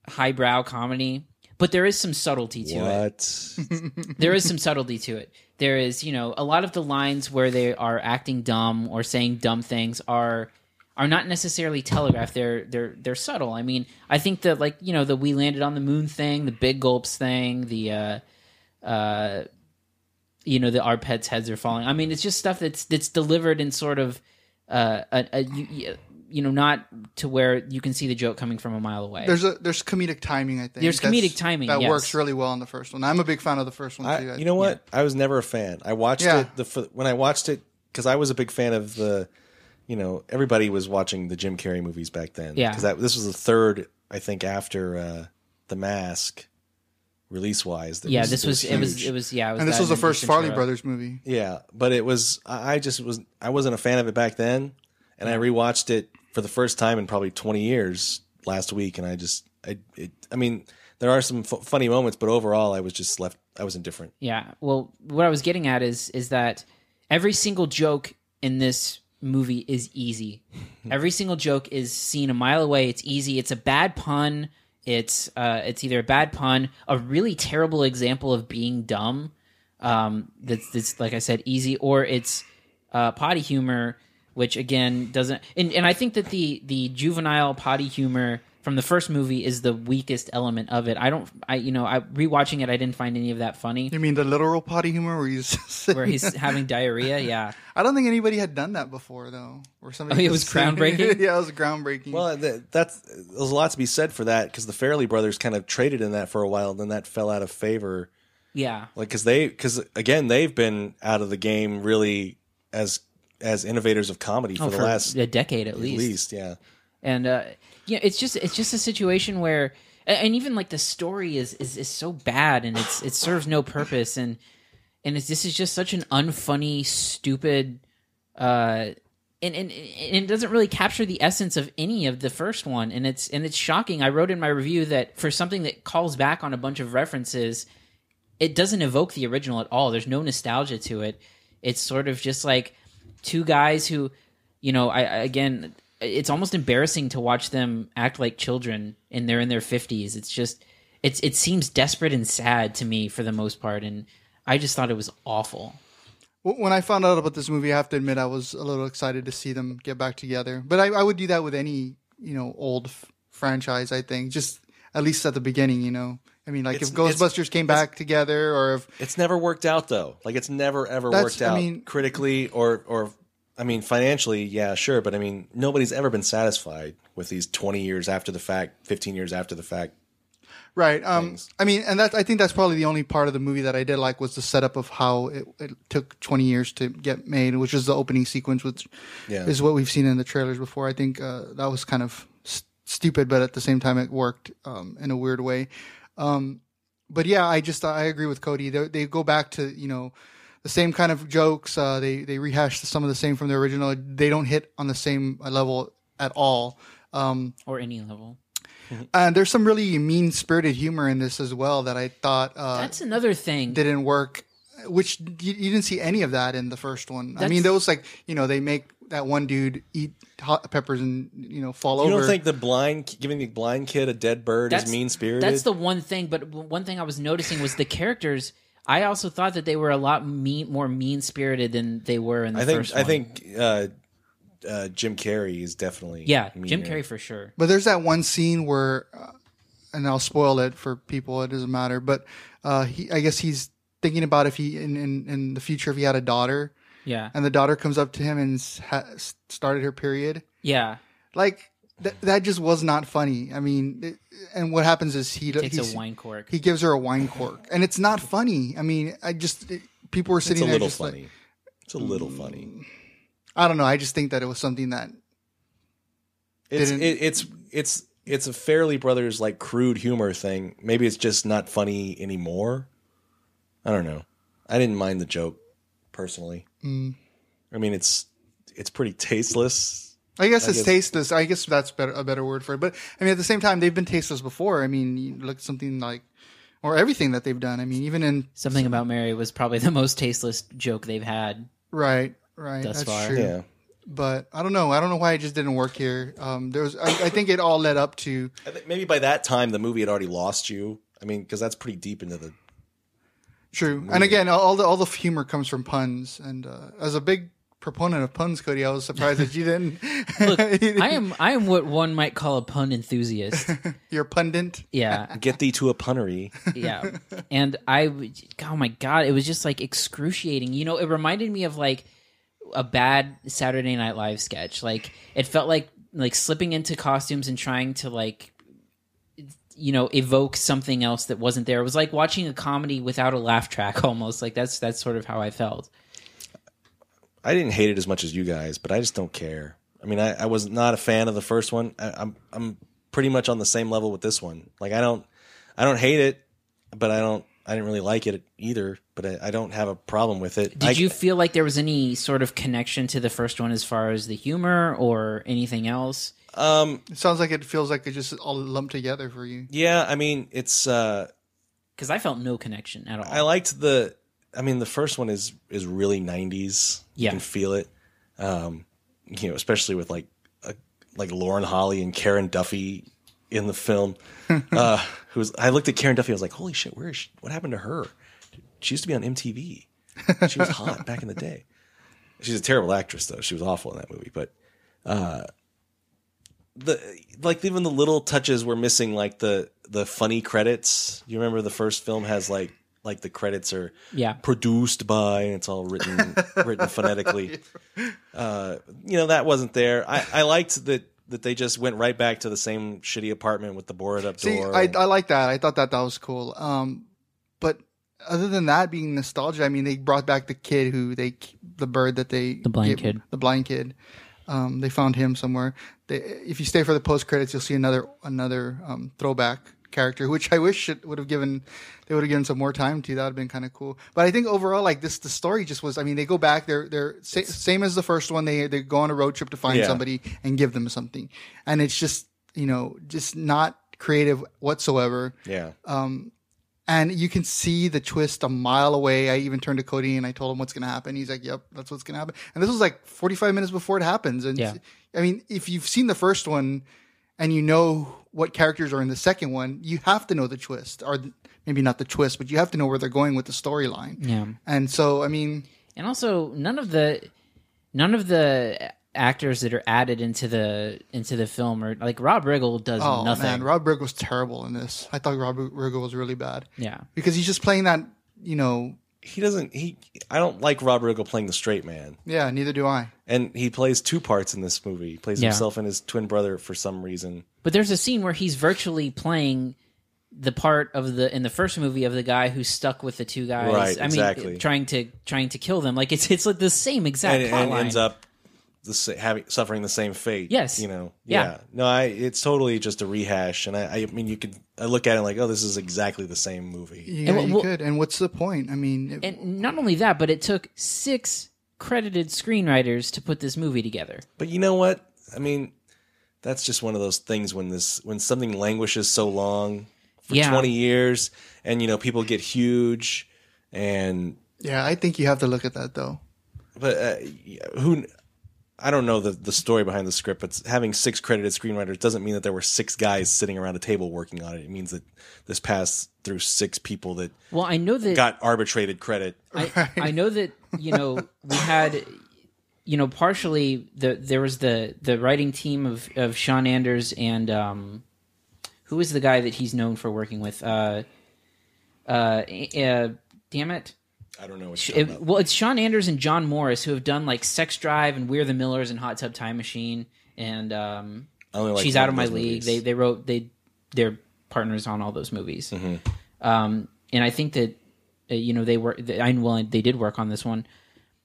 highbrow comedy, but there is some subtlety to it What? there is some subtlety to it. There is, you know, a lot of the lines where they are acting dumb or saying dumb things are are not necessarily telegraphed. They're they're they're subtle. I mean, I think that like you know the we landed on the moon thing, the big gulps thing, the uh, uh, you know the our pets heads are falling. I mean, it's just stuff that's that's delivered in sort of uh, a, a you, you- you know not to where you can see the joke coming from a mile away. There's a there's comedic timing. I think There's comedic timing, that yes. works really well in the first one. I'm a big fan of the first one too. I, you know what? I was never a fan. I watched Yeah. it the f- when I watched it because I was a big fan of the, you know, everybody was watching the Jim Carrey movies back then. Yeah. because this was the third, I think, after uh, the Mask release wise. yeah, this was it was huge. it was yeah. It was and this that was the Ace first Farley Ventura. Brothers movie. yeah, but it was I I just was I wasn't a fan of it back then, and I rewatched it for the first time in probably twenty years last week, and I just I it, I mean there are some f- funny moments, but overall I was just left I was indifferent. Yeah. Well, what I was getting at is is that every single joke in this movie is easy. every single joke is seen a mile away. It's easy. It's a bad pun. It's uh, it's either a bad pun, a really terrible example of being dumb. Um, that's that's like I said, easy, or it's uh, potty humor, which again doesn't. And, and I think that the the juvenile potty humor from the first movie is the weakest element of it. I don't, I you know, I rewatching it, I didn't find any of that funny. You mean the literal potty humor where he's sitting- Where he's having diarrhea, yeah. I don't think anybody had done that before though. Or somebody Oh, it was groundbreaking? yeah, it was groundbreaking. Well, th- that's there's a lot to be said for that because the Fairley brothers kind of traded in that for a while, and then that fell out of favor. Yeah. Like because they because again they've been out of the game really as as innovators of comedy Oh, for the last a decade at least yeah. and uh yeah it's just it's just a situation where a- and even like the story is is, is so bad and it's it serves no purpose and and it's, this is just such an unfunny stupid uh and, and and it doesn't really capture the essence of any of the first one and it's and it's shocking i wrote in my review that for something that calls back on a bunch of references it doesn't evoke the original at all. There's no nostalgia to it. It's sort of just like two guys who, you know, I, I again, it's almost embarrassing to watch them act like children and they're in their 50s. It's just it's it seems desperate and sad to me for the most part and I just thought it was awful. W- when I found out about this movie, I have to admit I was a little excited to see them get back together. But I, I would do that with any you know old f- franchise. I think just at least at the beginning, you know. I mean, like It's- if it's- Ghostbusters came back together, or if It's never worked out though. Like it's never ever That's- worked I out mean- critically or or I mean financially, yeah, sure, but I mean nobody's ever been satisfied with these 20 years after the fact, 15 years after the fact Right. Um, things. I mean, and that's I think that's probably the only part of the movie that I did like was the setup of how it, it took 20 years to get made, which is the opening sequence, which Yeah. is what we've seen in the trailers before. I think uh, that was kind of s- stupid, but at the same time, it worked um, in a weird way. Um, but yeah, I just I agree with Cody. They, they go back to you know the same kind of jokes. Uh, they they rehash some of the same from the original. They don't hit on the same level at all. Um, or any level. and there's some really mean spirited humor in this as well that I thought uh, That's another thing. didn't work. Which you, you didn't see any of that in the first one. I That's- mean, there was like you know they make that one dude eat hot peppers and you know fall You over. don't think the blind giving the blind kid a dead bird is mean spirited? That's the one thing. But w- one thing I was noticing was the characters. I also thought that they were a lot mean, more mean spirited than they were in the I think first one. I think uh, uh, Jim Carrey is definitely yeah, Jim meaner. Carrey for sure. But there's that one scene where, uh, and I'll spoil it for people. It doesn't matter. But uh, he, I guess he's thinking about if he in, in in the future if he had a daughter, Yeah, and the daughter comes up to him and s- ha- started her period. yeah. Like th- that just was not funny. I mean, it, and what happens is he Takes he's- a wine cork. He gives her a wine cork, and it's not funny. I mean, I just it, people were It's sitting a there little just funny. like Mm, it's a little funny. I don't know. I just think that it was something that It's Didn't- it, it's it's it's a Fairly Brothers like crude humor thing. Maybe it's just not funny anymore. I don't know. I didn't mind the joke personally. Mm. I mean, it's it's pretty tasteless. I guess it's guess- tasteless. I guess that's better a better word for it. But I mean, at the same time, they've been tasteless before. I mean, you look at something like, or everything that they've done. I mean, even in Something about Mary was probably the most tasteless joke they've had. right, right, Thus that's far. true. Yeah, But I don't know. I don't know why it just didn't work here. Um, there was. I, I think it all led up to. I think maybe by that time the movie had already lost you. I mean, because that's pretty deep into the True. And again, all the all the humor comes from puns. And uh, as a big proponent of puns, Cody, I was surprised that you didn't. Look, I am I am what one might call a pun enthusiast. You're a pundit. Yeah, get thee to a punnery. yeah and i w- oh my god it was just like excruciating you know it reminded me of like a bad saturday night live sketch like it felt like like slipping into costumes and trying to like you know evoke something else that wasn't there it was like watching a comedy without a laugh track almost like that's that's sort of how i felt I didn't hate it as much as you guys, but I just don't care. I mean, I, I was not a fan of the first one. I, I'm I'm pretty much on the same level with this one. Like I don't I don't hate it, but I don't I didn't really like it either. But I, I don't have a problem with it. did I, you feel like there was any sort of connection to the first one as far as the humor or anything else It sounds like it feels like it just all lumped together for you. Yeah, I mean, it's uh, because i felt no connection at all I liked the. I mean, the first one is is really '90s. Yeah. you can feel it. Um, you know, especially with like uh, like Lauren Holly and Karen Duffy in the film. uh, who's I looked at Karen Duffy, I was like, "Holy shit, where is she? What happened to her? She used to be on MTV. She was hot back in the day. She's a terrible actress, though. She was awful in that movie, but." uh, the like even the little touches were missing like the the funny credits you remember the first film has like like the credits are Yeah. produced by and it's all written written phonetically uh you know that wasn't there i i liked that that they just went right back to the same shitty apartment with the boarded up See, door I, I like that. I thought that that was cool. Um, but other than that being nostalgia, I mean, they brought back the kid who they the bird that they the blind kid. the blind kid. Um, they found him somewhere. They, if you stay for the post credits, you'll see another another um, throwback character, which I wish it would have given they would have given some more time to. That would have been kind of cool. But I think overall, like this, the story just was. I mean, they go back. They're they're sa- same as the first one. They they go on a road trip to find Yeah. somebody and give them something, and it's just you know just not creative whatsoever yeah uh, and you can see the twist a mile away. I even turned to Cody and I told him what's going to happen. He's like, "Yep, that's what's going to happen." And this was like 45 minutes before it happens. And Yeah. I mean, if you've seen the first one and you know what characters are in the second one, you have to know the twist, or th- maybe not the twist, but you have to know where they're going with the storyline. Yeah. And so, I mean, and also none of the none of the actors that are added into the into the film are like Rob Riggle does oh nothing. man, Rob Riggle was terrible in this. I thought Rob Riggle was really bad. Yeah. because he's just playing that. You know, he doesn't he i don't like rob riggle playing the straight man yeah. Neither do I. and he plays two parts in this movie he plays Yeah. himself and his twin brother for some reason but there's a scene where he's virtually playing the part of the in the first movie of the guy who's stuck with the two guys. Right, I mean, exactly. trying to trying to kill them. Like it's it's like the same exact and, plot and line. ends up the, sa- having suffering the same fate. Yes. you know. Yeah. Yeah. No, I. It's totally just a rehash, and I. I mean, you could. I look at it like, oh, this is exactly the same movie. Yeah, what- you what- could. And what's the point? I mean, it, and not only that, but it took six credited screenwriters to put this movie together. But you know what? I mean, that's just one of those things when this when something languishes so long for Yeah. twenty years, and you know people get huge, and yeah, I think you have to look at that though. but uh, who I don't know the the story behind the script, but having six credited screenwriters doesn't mean that there were six guys sitting around a table working on it. It means that this passed through six people that Well, I know that got arbitrated credit. I, I know that you know we had you know partially the there was the the writing team of of Sean Anders and um who is the guy that he's known for working with uh uh, uh damn it I don't know what you're it- talking about. well, it's Sean Anders and John Morris who have done like Sex Drive and We're the Millers and Hot Tub Time Machine and um, I only like She's one Out of of My those League. movies. They they wrote they they're partners on all those movies. Mm-hmm. Um, and I think that uh, you know they were they, I well they did work on this one,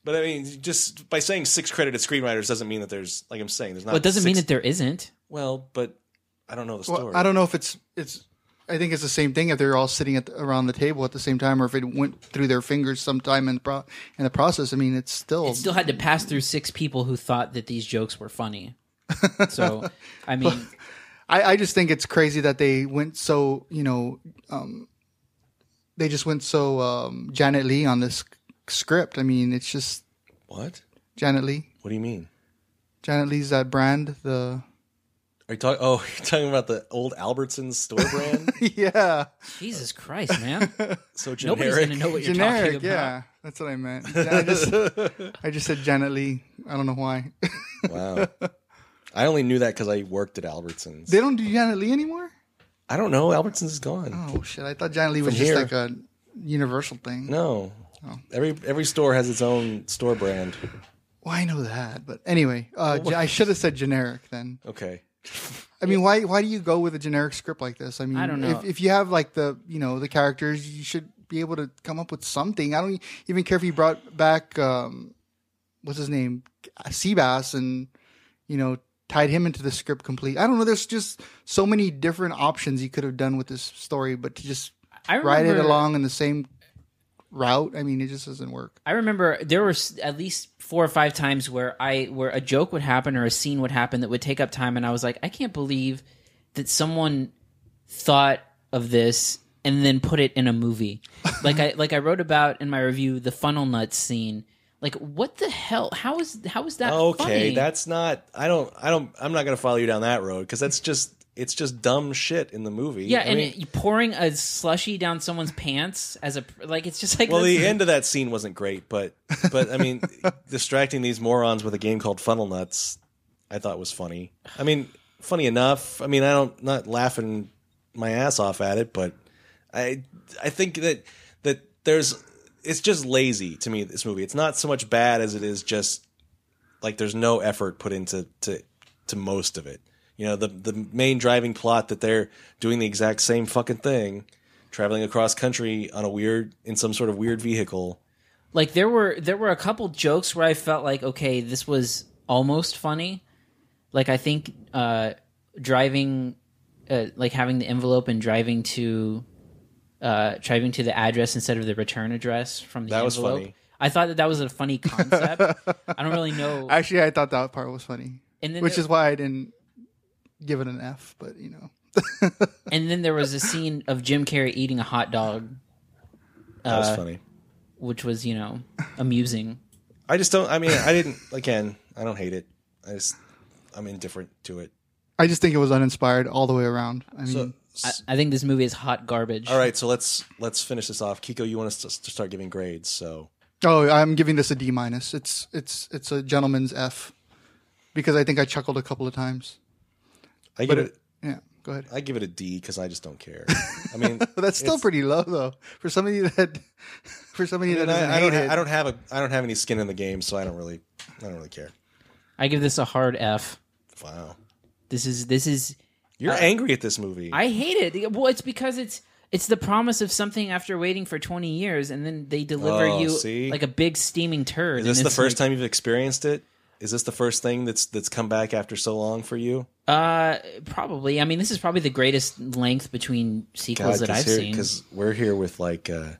But I mean, just by saying six credited screenwriters doesn't mean that there's like I'm saying there's not. but it doesn't mean six- that there isn't. Well, but I don't know the story. Well, I don't know if it's it's. I think it's the same thing if they're all sitting at the, around the table at the same time, or if it went through their fingers sometime in the pro, in the process. I mean, it's still, It still had to Mm-hmm. pass through six people who thought that these jokes were funny. So I mean, I, I just think it's crazy that they went so you know, um, they just went so um, Janet Lee on this script. I mean, it's just What? Janet Lee. What do you mean? Janet Lee's that brand. The Are you talking? Oh, you're talking about the old Albertsons store brand? yeah, Jesus Christ, man, so generic. nobody's gonna know what you're talking generic. about. Yeah, that's what I meant. I just I just said Janet Lee. I don't know why Wow. I only knew that because I worked at Albertsons. they don't do Janet Lee anymore. I don't know. Albertsons is gone. Oh shit! I thought Janet Lee was From just here. like a universal thing. No. Oh. Every every store has its own store brand. Well, I know that, but anyway, uh, ge- I should have said generic then. Okay. I mean, why why do you go with a generic script like this? I mean, I don't know. If, if you have like the you know the characters, you should be able to come up with something. I don't e, even care if you brought back um, what's his name, Seabass, and you know tied him into the script complete. I don't know. There's just so many different options you could have done with this story, but to just I remember, ride it along in the same route, I mean, it just doesn't work. I remember there were s- at least four or five times where I where a joke would happen or a scene would happen that would take up time, and I was like, I can't believe that someone thought of this and then put it in a movie. like I like I wrote about in my review the funnel nuts scene. Like what the hell? How is how is that? Okay. funny? That's not. I don't. I don't. I'm not gonna follow you down that road because that's just. It's just dumb shit in the movie. yeah, I and mean, it- you pouring a slushy down someone's pants as a like it's just like well, that's- the end of that scene wasn't great, but but I mean, distracting these morons with a game called Funnel Nuts, I thought was funny. I mean, funny enough. I mean, I don't not laughing my ass off at it, but I I think that that there's it's just lazy to me. This movie, it's not so much bad as it is just like there's no effort put into to to most of it. You know, the the main driving plot that they're doing the exact same fucking thing, traveling across country on a weird in some sort of weird vehicle. like there were there were a couple jokes where I felt like okay, this was almost funny. Like I think uh driving uh, like having the envelope and driving to uh driving to the address instead of the return address from the That was envelope. funny. I thought that that was a funny concept. I don't really know. Actually, I thought that part was funny, And then which there- is why I didn't give it an F. But you know, and then there was a scene of Jim Carrey eating a hot dog, That was funny. which was you know amusing. I just don't. I mean, I didn't. Again, I don't hate it. I just I'm indifferent to it. I just think it was uninspired all the way around. I mean, So, I, I think this movie is hot garbage. all right, so let's let's finish this off. Kiko, you want us to, s- to start giving grades? So oh, I'm giving this a D minus. It's it's it's a gentleman's F because I think I chuckled a couple of times. I give But it. it, yeah, go ahead. I give it a D because I just don't care. I mean, But that's still it's- pretty low though for somebody that for somebody that And doesn't I, I don't. hate Ha- it. I don't have a. I don't have any skin in the game, so I don't really. I don't really care. I give this a hard F. Wow. This is this is You're angry at this movie. I hate it. Well, it's because it's it's the promise of something after waiting for twenty years, and then they deliver Oh, you see? like a big steaming turd. Is this the first time you've experienced it? Is this the first thing that's that's come back after so long for you? time? Probably. I mean, this is probably the greatest length between sequels that I've seen. because we're here with like uh,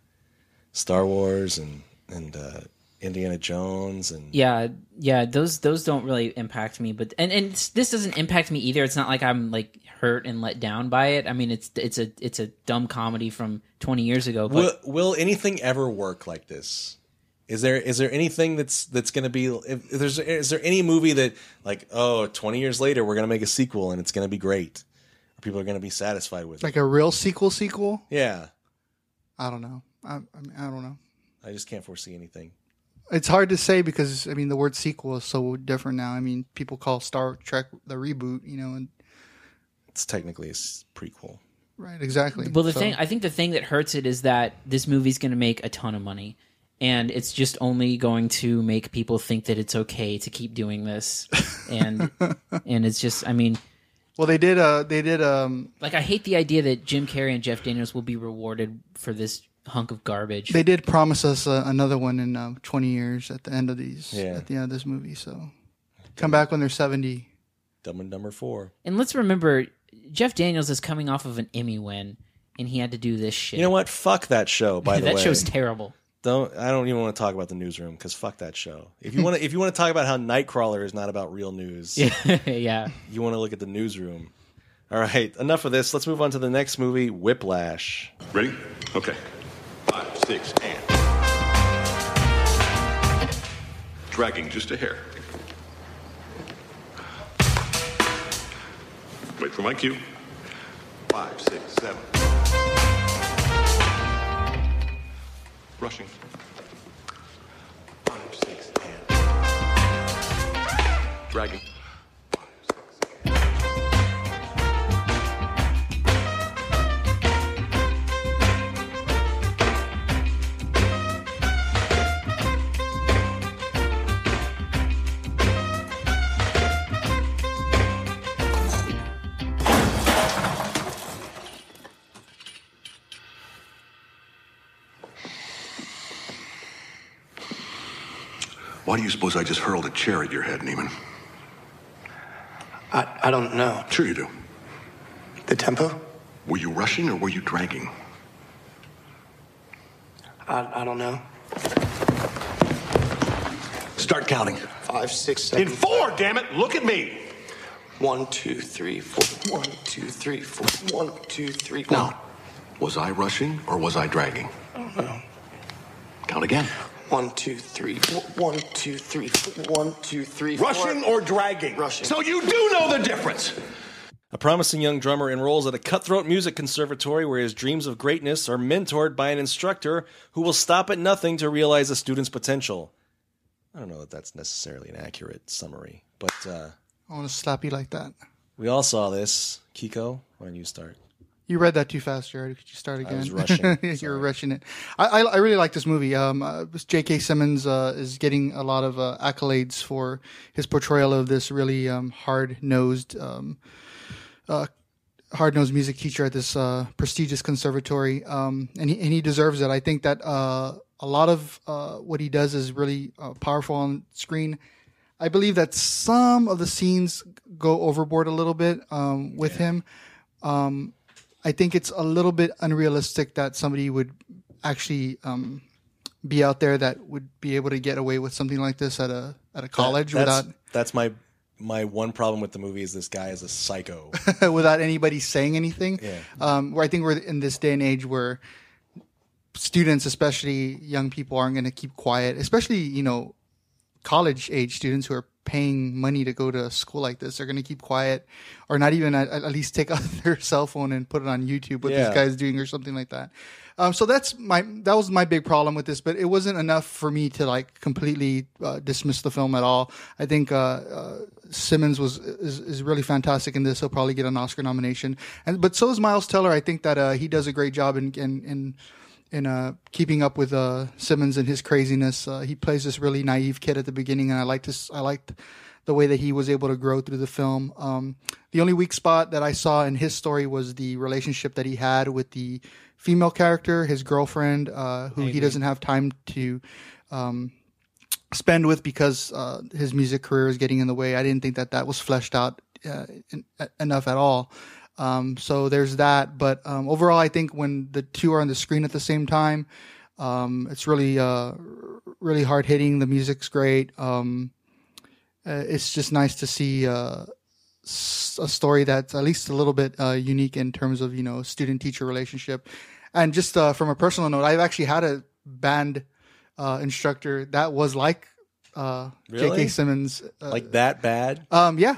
Star Wars and and uh, Indiana Jones and Yeah, yeah, those those don't really impact me, but and and it's- this doesn't impact me either. It's not like I'm like hurt and let down by it. I mean, it's it's a it's a dumb comedy from 20 years ago, but will will anything ever work like this? Is there is there anything that's that's going to be if, if there's is there any movie that like oh 20 years later we're going to make a sequel and it's going to be great? People are going to be satisfied with Like it. a real sequel sequel? Yeah, I don't know. I, I, mean, I don't know. I just can't foresee anything. It's hard to say because I mean the word sequel is so different now. I mean people call Star Trek the reboot, you know, and It's technically a s- prequel. right exactly. Well, the So, thing I think the thing that hurts it is that this movie's going to make a ton of money, and it's just only going to make people think that it's okay to keep doing this, and and it's just I mean, well they did uh they did um like I hate the idea that Jim Carrey and Jeff Daniels will be rewarded for this hunk of garbage. they did promise us uh, another one in uh, 20 years at the end of these Yeah. at the end of this movie, so come back when they're 70. Dumb and Dumber Four. and let's remember, Jeff Daniels is coming off of an Emmy win, and he had to do this shit. You know what? Fuck that show. By the that way, show's terrible. don't I don't even want to talk about the newsroom because fuck that show. If you want to, if you want to talk about how Nightcrawler is not about real news, yeah, you want to look at the newsroom. All right, enough of this. Let's move on to the next movie, Whiplash. Ready? Okay. Five, six, and. Dragging just a hair. Wait for my cue. Five, six, seven. Rushing. Five, six, and. Dragging. Five, six, and. Why do you suppose I just hurled a chair at your head, Neiman? I, I don't know. Sure you do. The tempo? Were you rushing or were you dragging? I, I don't know. Start counting. Five, six, In seven. four, damn it! Look at me! One, two, three, four. One, two, three, four. One, two, three, four. Now, was I rushing or was I dragging? I don't know. Count again. One, two, three, four. One, two, three, four. One, two, three, four. Rushing or dragging? Rushing. So you do know the difference! A promising young drummer enrolls at a cutthroat music conservatory where his dreams of greatness are mentored by an instructor who will stop at nothing to realize a student's potential. I don't know that that's necessarily an accurate summary, but uh, I want to slap you like that. we all saw this. Kiko, why don't you start? You read that too fast, Jared. Could you start again? was rushing. You're rushing it. I, I, I really like this movie. Um, uh, J.K. Simmons uh, is getting a lot of uh, accolades for his portrayal of this really um, hard nosed um, hard nosed music teacher at this uh, prestigious conservatory, um, and he and he deserves it. I think that uh, a lot of uh, what he does is really uh, powerful on screen. I believe that some of the scenes go overboard a little bit um, with him. Um, I think it's a little bit unrealistic that somebody would actually um, be out there that would be able to get away with something like this at a at a college that's, without that's my my one problem with the movie is this guy is a psycho. without anybody saying anything. Um, where I think we're in this day and age where students, especially young people, aren't going to keep quiet, especially you know college age students who are paying money to go to a school like this. They're going to keep quiet, or not even at, at least take out their cell phone and put it on YouTube what Yeah. this guy's doing or something like that. Um, so that's my that was my big problem with this, but it wasn't enough for me to like completely uh, dismiss the film at all. I think uh, uh, Simmons was is, is really fantastic in this. He'll probably get an Oscar nomination, and but so is Miles Teller. I think that uh, he does a great job in in in, in uh, keeping up with uh, Simmons and his craziness. Uh, he plays this really naive kid at the beginning, and I liked this. I liked the way that he was able to grow through the film. Um, the only weak spot that I saw in his story was the relationship that he had with the female character, his girlfriend, uh, who he doesn't have time to um, spend with because uh, his music career is getting in the way. I didn't think that that was fleshed out uh, en- enough at all. Um, so there's that. But um, overall, I think when the two are on the screen at the same time, um, it's really, uh, really hard hitting. The music's great. Um, uh, it's just nice to see uh, s- a story that's at least a little bit uh, unique in terms of you know student teacher relationship. And just uh, from a personal note, I've actually had a band uh, instructor that was like uh, Really? J.K. Simmons. Uh, like that bad? um, yeah.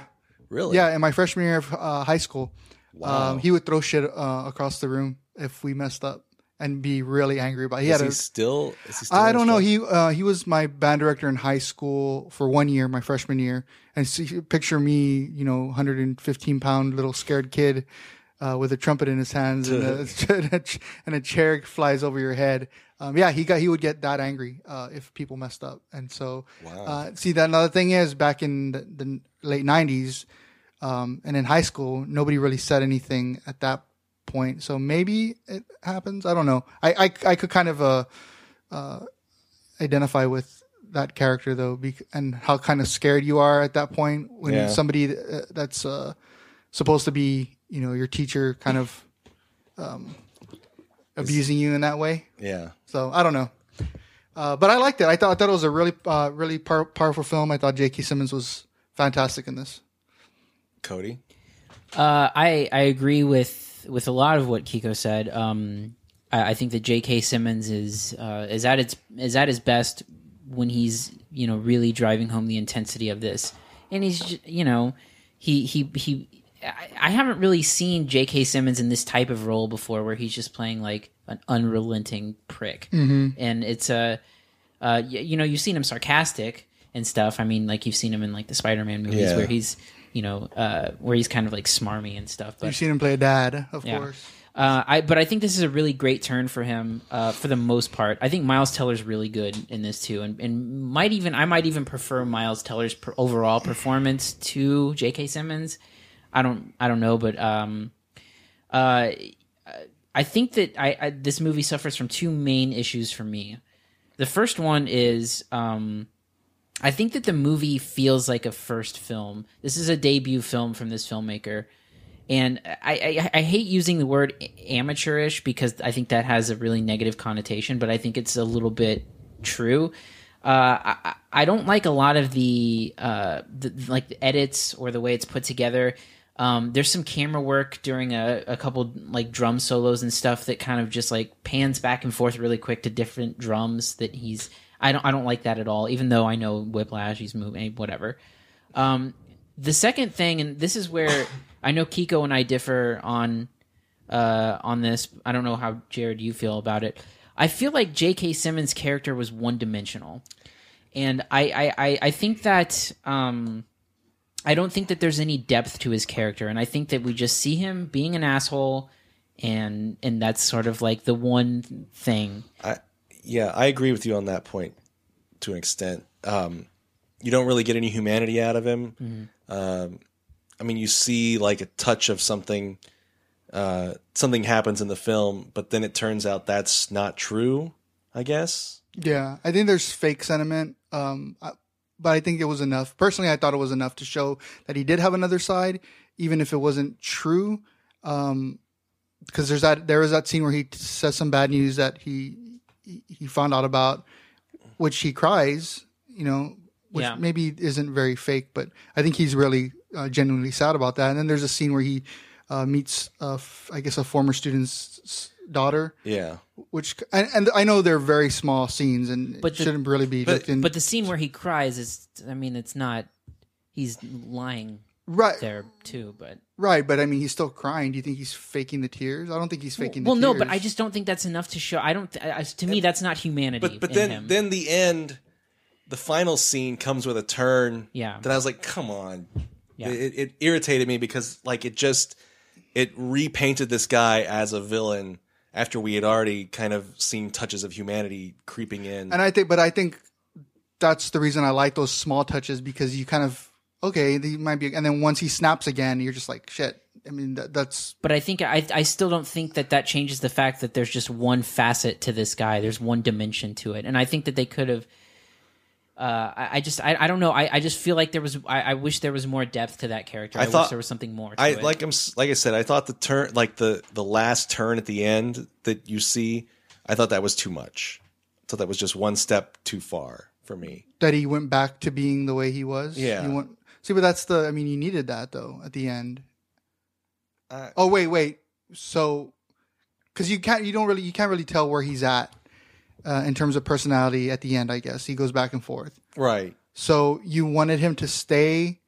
Really? Yeah, in my freshman year of uh, high school, Wow. um, he would throw shit uh, across the room if we messed up and be really angry about. it. He is had he a, still? Is he still I don't know. instructing? He uh, he was my band director in high school for one year, my freshman year, and see, picture me, you know, 115 pound little scared kid uh, with a trumpet in his hands and, a, and a chair flies over your head. Um, yeah, he got he would get that angry uh, if people messed up, and so uh, see that another thing is back in the, the late 90s um, and in high school, nobody really said anything at that point. So maybe it happens. I don't know. I I, I could kind of uh, uh, identify with that character though, bec- and how kind of scared you are at that point when Yeah. somebody uh, that's uh, supposed to be you know your teacher kind of um, abusing you in that way. Yeah. So I don't know. Uh, but I liked it. I thought I thought it was a really uh, really par- powerful film. I thought J.K. Simmons was fantastic in this. Cody. Uh, I I agree with with a lot of what Kiko said. Um, I, I think that J.K. Simmons is uh, is at its is at his best when he's you know really driving home the intensity of this, and he's j- you know he he he. I- I haven't really seen J.K. Simmons in this type of role before, where he's just playing like an unrelenting prick, Mhm. and it's a uh, y- you know, you've seen him sarcastic and stuff. I mean, like you've seen him in like the Spider-Man movies Yeah. where he's, you know, uh, where he's kind of like smarmy and stuff. But You've seen him play a dad, of yeah. course. Uh, I but I think this is a really great turn for him. Uh, for the most part, I think Miles Teller's really good in this too, and, and might even I might even prefer Miles Teller's per- overall performance to J.K. Simmons. I don't I don't know, but um, uh, I think that I, I this movie suffers from two main issues for me. The first one is um, I think that the movie feels like a first film. This is a debut film from this filmmaker, and I, I, I hate using the word a- amateurish because I think that has a really negative connotation, but I think it's a little bit true. Uh, I, I- I don't like a lot of the, uh, the like the edits or the way it's put together. Um, there's some camera work during a, a couple like drum solos and stuff that kind of just like pans back and forth really quick to different drums that he's. I don't I don't like that at all. Even though I know Whiplash, he's moving whatever. Um, the second thing, and this is where I know Kiko and I differ on uh, on this. I don't know how Jared you feel about it. I feel like J.K. Simmons' character was one dimensional, and I I, I, I think that um, I don't think that there's any depth to his character, and I think that we just see him being an asshole, and and that's sort of like the one thing. I yeah, I agree with you on that point to an extent. Um, you don't really get any humanity out of him. Mm-hmm. Um, I mean, you see like a touch of something. Uh, something happens in the film, but then it turns out that's not true. I guess. Yeah, I think there's fake sentiment, um, I, but I think it was enough. Personally, I thought it was enough to show that he did have another side, even if it wasn't true. Um, because there's that there is that scene where he t- says some bad news that he he, he found out about, which he cries, you know, which Yeah. maybe isn't very fake, but I think he's really uh, genuinely sad about that. And then there's a scene where he uh, meets, uh, f- I guess, a former student's s- daughter Yeah. which and, and I know they're very small scenes and But it the- shouldn't really be But, looked in. but the scene where he cries is, I mean, it's not. He's lying Right. there too, but right, but I mean, he's still crying. Do you think he's faking the tears? I don't think he's faking. well, the no, tears. but I just don't think that's enough to show. I don't. Th- I, to me, that's not humanity. But but in then him. then the end, the final scene comes with a turn. Yeah. That I was like, come on. Yeah. It, it irritated me because like it just it repainted this guy as a villain after we had already kind of seen touches of humanity creeping in. and I think, but I think that's the reason I like those small touches because you kind of okay, they might be. And then once he snaps again, you're just like, shit. I mean, that, that's But I think I I still don't think that that changes the fact that there's just one facet to this guy. There's one dimension to it, and I think that they could have. Uh, I, I just I, I don't know I, I just feel like there was I, I wish there was more depth to that character. I, wish there was something more. To I it. like I'm s- like I said. I thought the turn, like the the last turn at the end that you see, I thought that was too much. I thought that was just one step too far for me. that he went back to being the way he was. Yeah. You want, see, but that's the. I mean, you needed that though at the end. oh wait, wait. So, because you can't, you don't really, you can't really tell where he's at uh, in terms of personality at the end. I guess he goes back and forth. Right. So you wanted him to stay.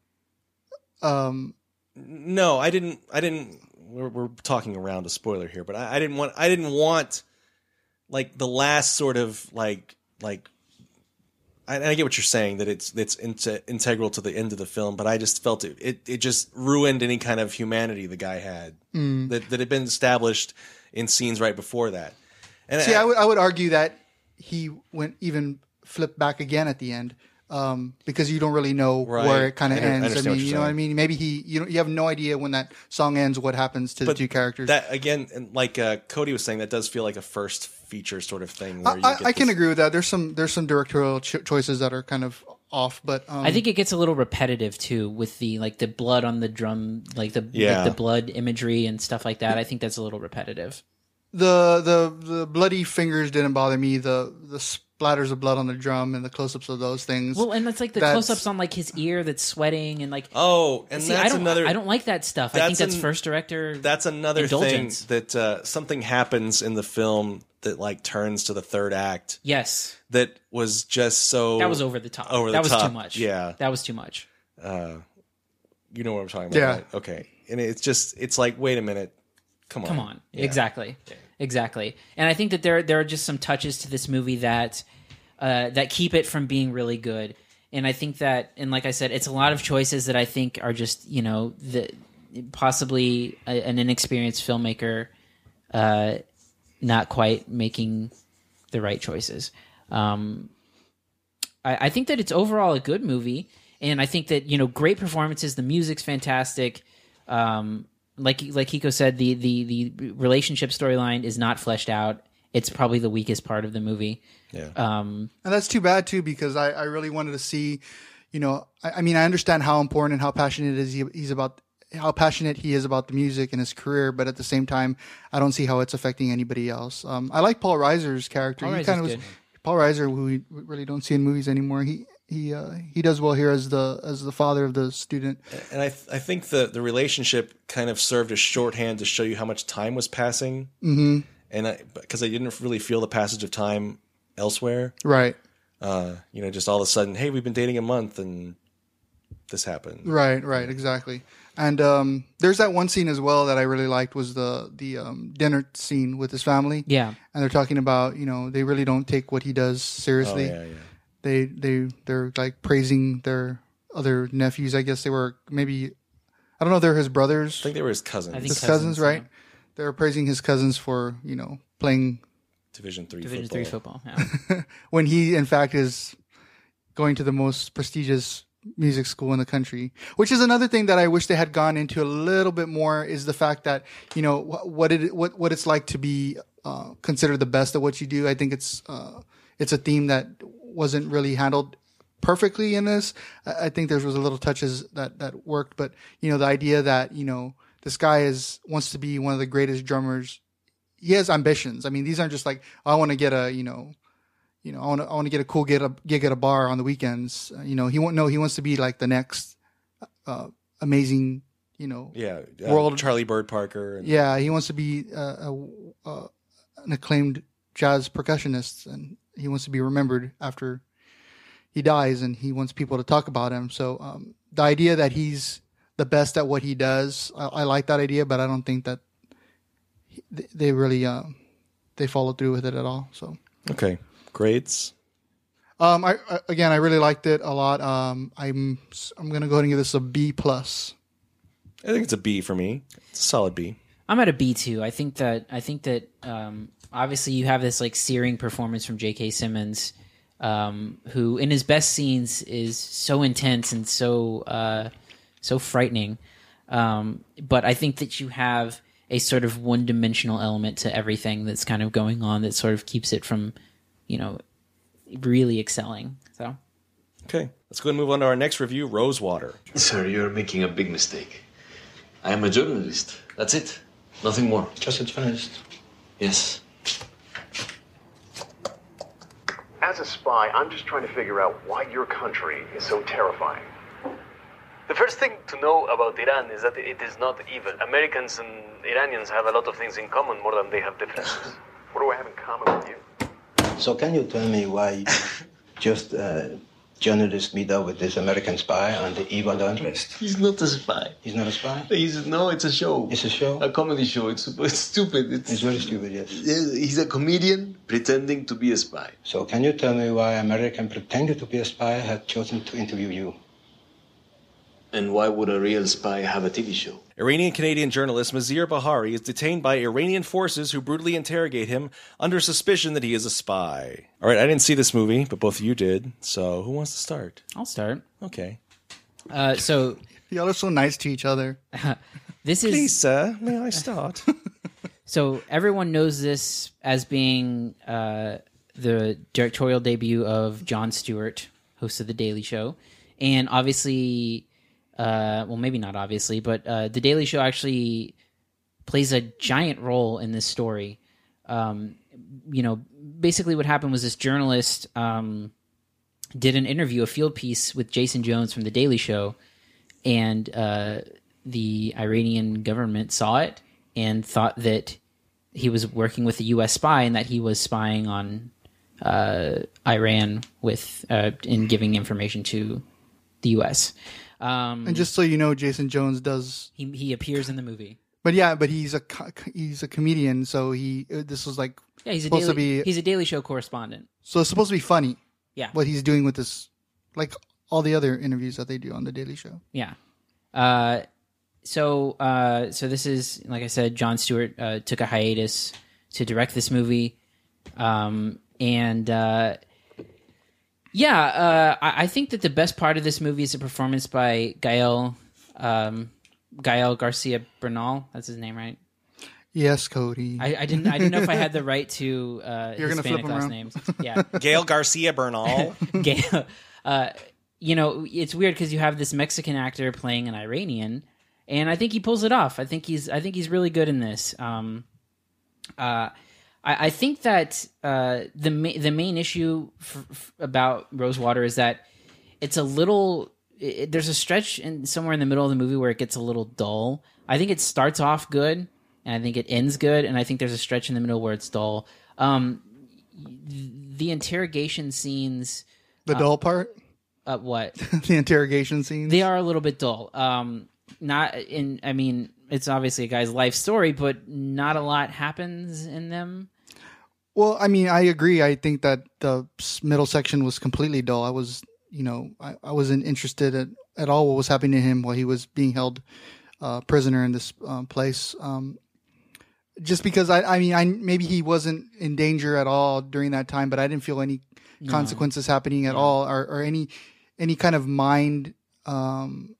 Um. No, I didn't. I didn't. We're, we're talking around a spoiler here, but I, I didn't want. I didn't want like the last sort of like like. I, and I get what you're saying that it's it's inte- integral to the end of the film, but I just felt it, it it just ruined any kind of humanity the guy had Mm. that that had been established in scenes right before that. And see, I- I would, I would argue that he went even flipped back again at the end. Um, because you don't really know Right. where it kind I of under- I ends. I, understand what mean, you're you know what I saying. mean. Maybe he, you know, you have no idea when that song ends, what happens to But the two characters. that again, and like uh, Cody was saying, that does feel like a first feature sort of thing. Where I, you I, get I can this- agree with that. There's some there's some directorial cho- choices that are kind of off, but um, I think it gets a little repetitive too with the like the blood on the drum, like the Yeah. like the blood imagery and stuff like that. I think that's a little repetitive. the the the bloody fingers didn't bother me. The the splatters of blood on the drum and the close ups of those things. Well, and that's like the That's- close-ups on like his ear that's sweating and like Oh, and See, I that's don't- another. I don't like that stuff. I think that's an- first director. That's another indulgence. thing that uh, something happens in the film that like turns to the third act. Yes, that was just so That was over the top. Over the That was too top. much. Yeah, That was too much. Uh, you know what I'm talking about? Yeah. right? Okay. And it's just it's like wait a minute, come on, Come on. Yeah. Exactly. Exactly. And I think that there there are just some touches to this movie that uh, that keep it from being really good. And I think that and like I said, it's a lot of choices that I think are just, you know, the possibly a, an inexperienced filmmaker uh, not quite making the right choices. Um, I, I think that it's overall a good movie, and I think that you know great performances. The music's fantastic. Um, like like Hiko said, the the the relationship storyline is not fleshed out. It's probably the weakest part of the movie. Yeah. Um, and that's too bad too because I, I really wanted to see, you know, I, I mean I understand how important and how passionate is he, he's about how passionate he is about the music and his career, but at the same time I don't see how it's affecting anybody else. Um, I like Paul Reiser's character. Paul he Reiser's kind of was good. Paul Reiser, who we really don't see in movies anymore. He he uh, he does well here as the as the father of the student. And I th- I think the the relationship kind of served as shorthand to show you how much time was passing, hmm and I because I didn't really feel the passage of time elsewhere. Right. Uh, you know, just all of a sudden, hey, we've been dating a month and this happened. Right, right, exactly. And um, there's that one scene as well that I really liked was the the um, dinner scene with his family. Yeah. and they're talking about you know they really don't take what he does seriously. Oh, yeah, yeah. They they they're like praising their other nephews. I guess they were maybe I don't know. if They're his brothers. I think they were his cousins. His cousins, right? They're praising his cousins for you know playing Division three. Division football. three football. Yeah. when he in fact is going to the most prestigious music school in the country which is another thing that i wish they had gone into a little bit more is the fact that you know wh- what it what what it's like to be uh, considered the best at what you do i think it's uh, it's a theme that wasn't really handled perfectly in this i, I think there was a little touches that that worked but you know the idea that you know this guy is wants to be one of the greatest drummers he has ambitions i mean these aren't just like i want to get a you know you know, I want to I want to get a cool get a gig at a bar on the weekends. Uh, You know, he won't know he wants to be like the next uh, amazing. You know, Yeah, uh, world. Charlie Bird Parker. And, yeah, he wants to be uh, a, uh, an acclaimed jazz percussionist, and he wants to be remembered after he dies, and he wants people to talk about him. So um, the idea that he's the best at what he does, I, I like that idea, but I don't think that he- they- they really uh, they follow through with it at all. So. Okay. Grades. Um, I I- again, I really liked it a lot. Um, I'm s- I'm gonna go ahead and give this a B plus. I think it's a B for me. It's a solid B. I'm at a B two. I think that I think that um, obviously you have this like searing performance from J.K. Simmons, um, who in his best scenes is so intense and so uh, so frightening. Um, but I think that you have a sort of one dimensional element to everything that's kind of going on that sort of keeps it from, you know, really excelling. So Okay, let's go ahead and move on to our next review, Rosewater. Sir, you're making a big mistake. I am a journalist. That's it. Nothing more. Just a journalist. Yes. As a spy, I'm just trying to figure out why your country is so terrifying. The first thing to know about Iran is that it is not evil. Americans and Iranians have a lot of things in common more than they have differences. What do I have in common with you? So can you tell me why just uh, journalists meet up with this American spy on the evil journalist? He's not a spy. He's not a spy. He's no, it's a show. It's a show. A comedy show. It's, super- it's stupid. It's, very stupid. Yes. Uh, He's a comedian pretending to be a spy. So can you tell me why American pretended to be a spy had chosen to interview you? And why would a real spy have a TV show? Iranian Canadian journalist Mazir Bahari is detained by Iranian forces who brutally interrogate him under suspicion that he is a spy. All right, I didn't see this movie, but both of you did. So who wants to start? I'll start. Okay. Uh, so y'all are so nice to each other. this is Please, sir, may I start? so everyone knows this as being uh, the directorial debut of Jon Stewart, host of The Daily Show, and obviously, uh, well, maybe not obviously, but uh, The Daily Show actually plays a giant role in this story. Um, you know, basically, what happened was this journalist um, did an interview, a field piece with Jason Jones from The Daily Show, and uh, the Iranian government saw it and thought that he was working with a U.S. spy and that he was spying on uh, Iran with uh, in giving information to the U.S. Um, And just so you know, Jason Jones does. he he appears in the movie. But yeah, but he's a co- he's a comedian, so he uh, this was like Yeah, he's a supposed daily, to be he's a Daily Show correspondent. so it's supposed to be funny. Yeah. what he's doing with this, like all the other interviews that they do on the Daily Show. Yeah. Uh, so uh, so this is like I said, John Stewart uh, took a hiatus to direct this movie, um, and uh, yeah, uh, I, I think that the best part of this movie is a performance by Gael um, Gael Garcia Bernal. That's his name, right? Yes, Cody. I, I didn't I didn't know if I had the right to uh, You're gonna flip Hispanic him last around. names. Yeah. Gail Garcia Bernal. Gail, uh, you know, it's weird because you have this Mexican actor playing an Iranian, and I think he pulls it off. I think he's I think he's really good in this. Um, uh, I, I think that uh, the ma- the main issue f- f- about Rosewater is that it's a little. It, there's a stretch in somewhere in the middle of the movie where it gets a little dull. I think it starts off good, and I think it ends good, and I think there's a stretch in the middle where it's dull. Um, the interrogation scenes The uh, dull part, uh, what the interrogation scenes. they are a little bit dull um not in i mean it's obviously a guy's life story but not a lot happens in them Well, I mean, I agree. I think that the s- middle section was completely dull. I was, you know, I, I wasn't interested at, at all what was happening to him while he was being held uh, prisoner in this um, place. Um, just because I, I mean, I maybe he wasn't in danger at all during that time, but I didn't feel any No. consequences happening at all, or, or any any kind of mind, um,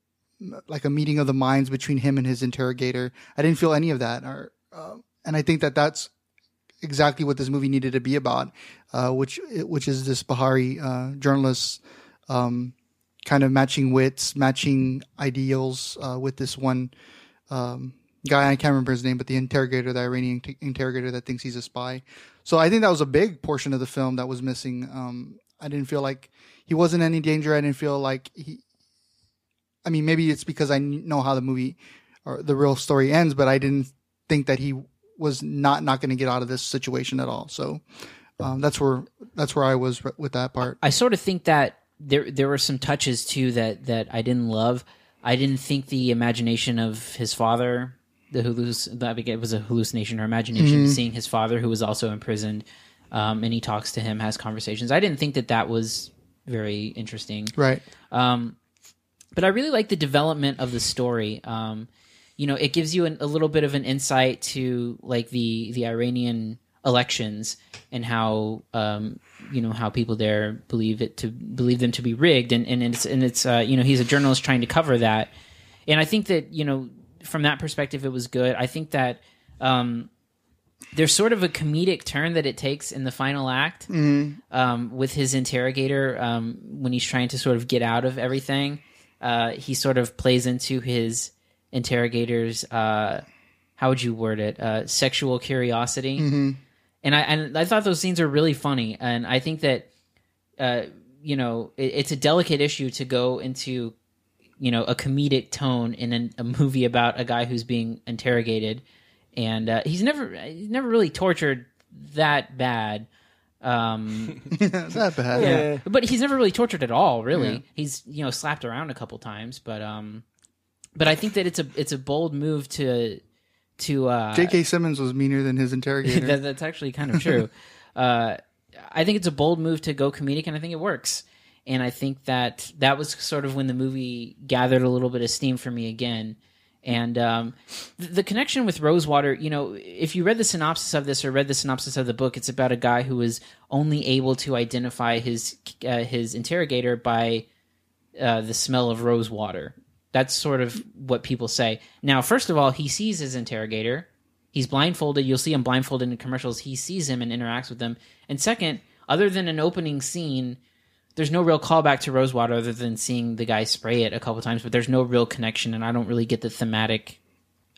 like a meeting of the minds between him and his interrogator. I didn't feel any of that, or uh, and I think that that's exactly what this movie needed to be about, uh, which which is this Bahari uh, journalist um, kind of matching wits, matching ideals uh, with this one um, guy. I can't remember his name, but the interrogator, the Iranian t- interrogator that thinks he's a spy. So I think that was a big portion of the film that was missing. Um, I didn't feel like he wasn't in any danger. I didn't feel like he. I mean, maybe it's because I kn- know how the movie or the real story ends, but I didn't think that he was not not going to get out of this situation at all. So um, that's where that's where I was r- with that part. I sort of think that there there were some touches too that that I didn't love. I didn't think the imagination of his father, the halluc- I think it was a hallucination or imagination, Mhm. seeing his father who was also imprisoned, um, and he talks to him, has conversations. I didn't think that that was very interesting, Right. Um, but I really like the development of the story. Um, you know, it gives you an, a little bit of an insight to like the the Iranian elections and how um, you know how people there believe it to believe them to be rigged, and and it's and it's uh, you know he's a journalist trying to cover that, and I think that you know from that perspective it was good. I think that um, there's sort of a comedic turn that it takes in the final act Mhm. um, with his interrogator um, when he's trying to sort of get out of everything. Uh, he sort of plays into his interrogator's uh, how would you word it uh, sexual curiosity, Mhm. and I and I thought those scenes are really funny, and I think that uh, you know it, it's a delicate issue to go into you know a comedic tone in an, a movie about a guy who's being interrogated and uh, he's never he's never really tortured that bad um that bad. Yeah. but he's never really tortured at all really Yeah. he's you know slapped around a couple times but um but i think that it's a it's a bold move to to uh J.K. Simmons was meaner than his interrogator. that, that's actually kind of true. uh, I think it's a bold move to go comedic, and I think it works. And I think that that was sort of when the movie gathered a little bit of steam for me again. And um, the, the connection with Rosewater, you know, if you read the synopsis of this or read the synopsis of the book, it's about a guy who was only able to identify his uh, his interrogator by uh, the smell of rose water. That's sort of what people say. Now, first of all, he sees his interrogator. He's blindfolded. You'll see him blindfolded in commercials. He sees him and interacts with him. And second, other than an opening scene, there's no real callback to Rosewater other than seeing the guy spray it a couple times, but there's no real connection, and I don't really get the thematic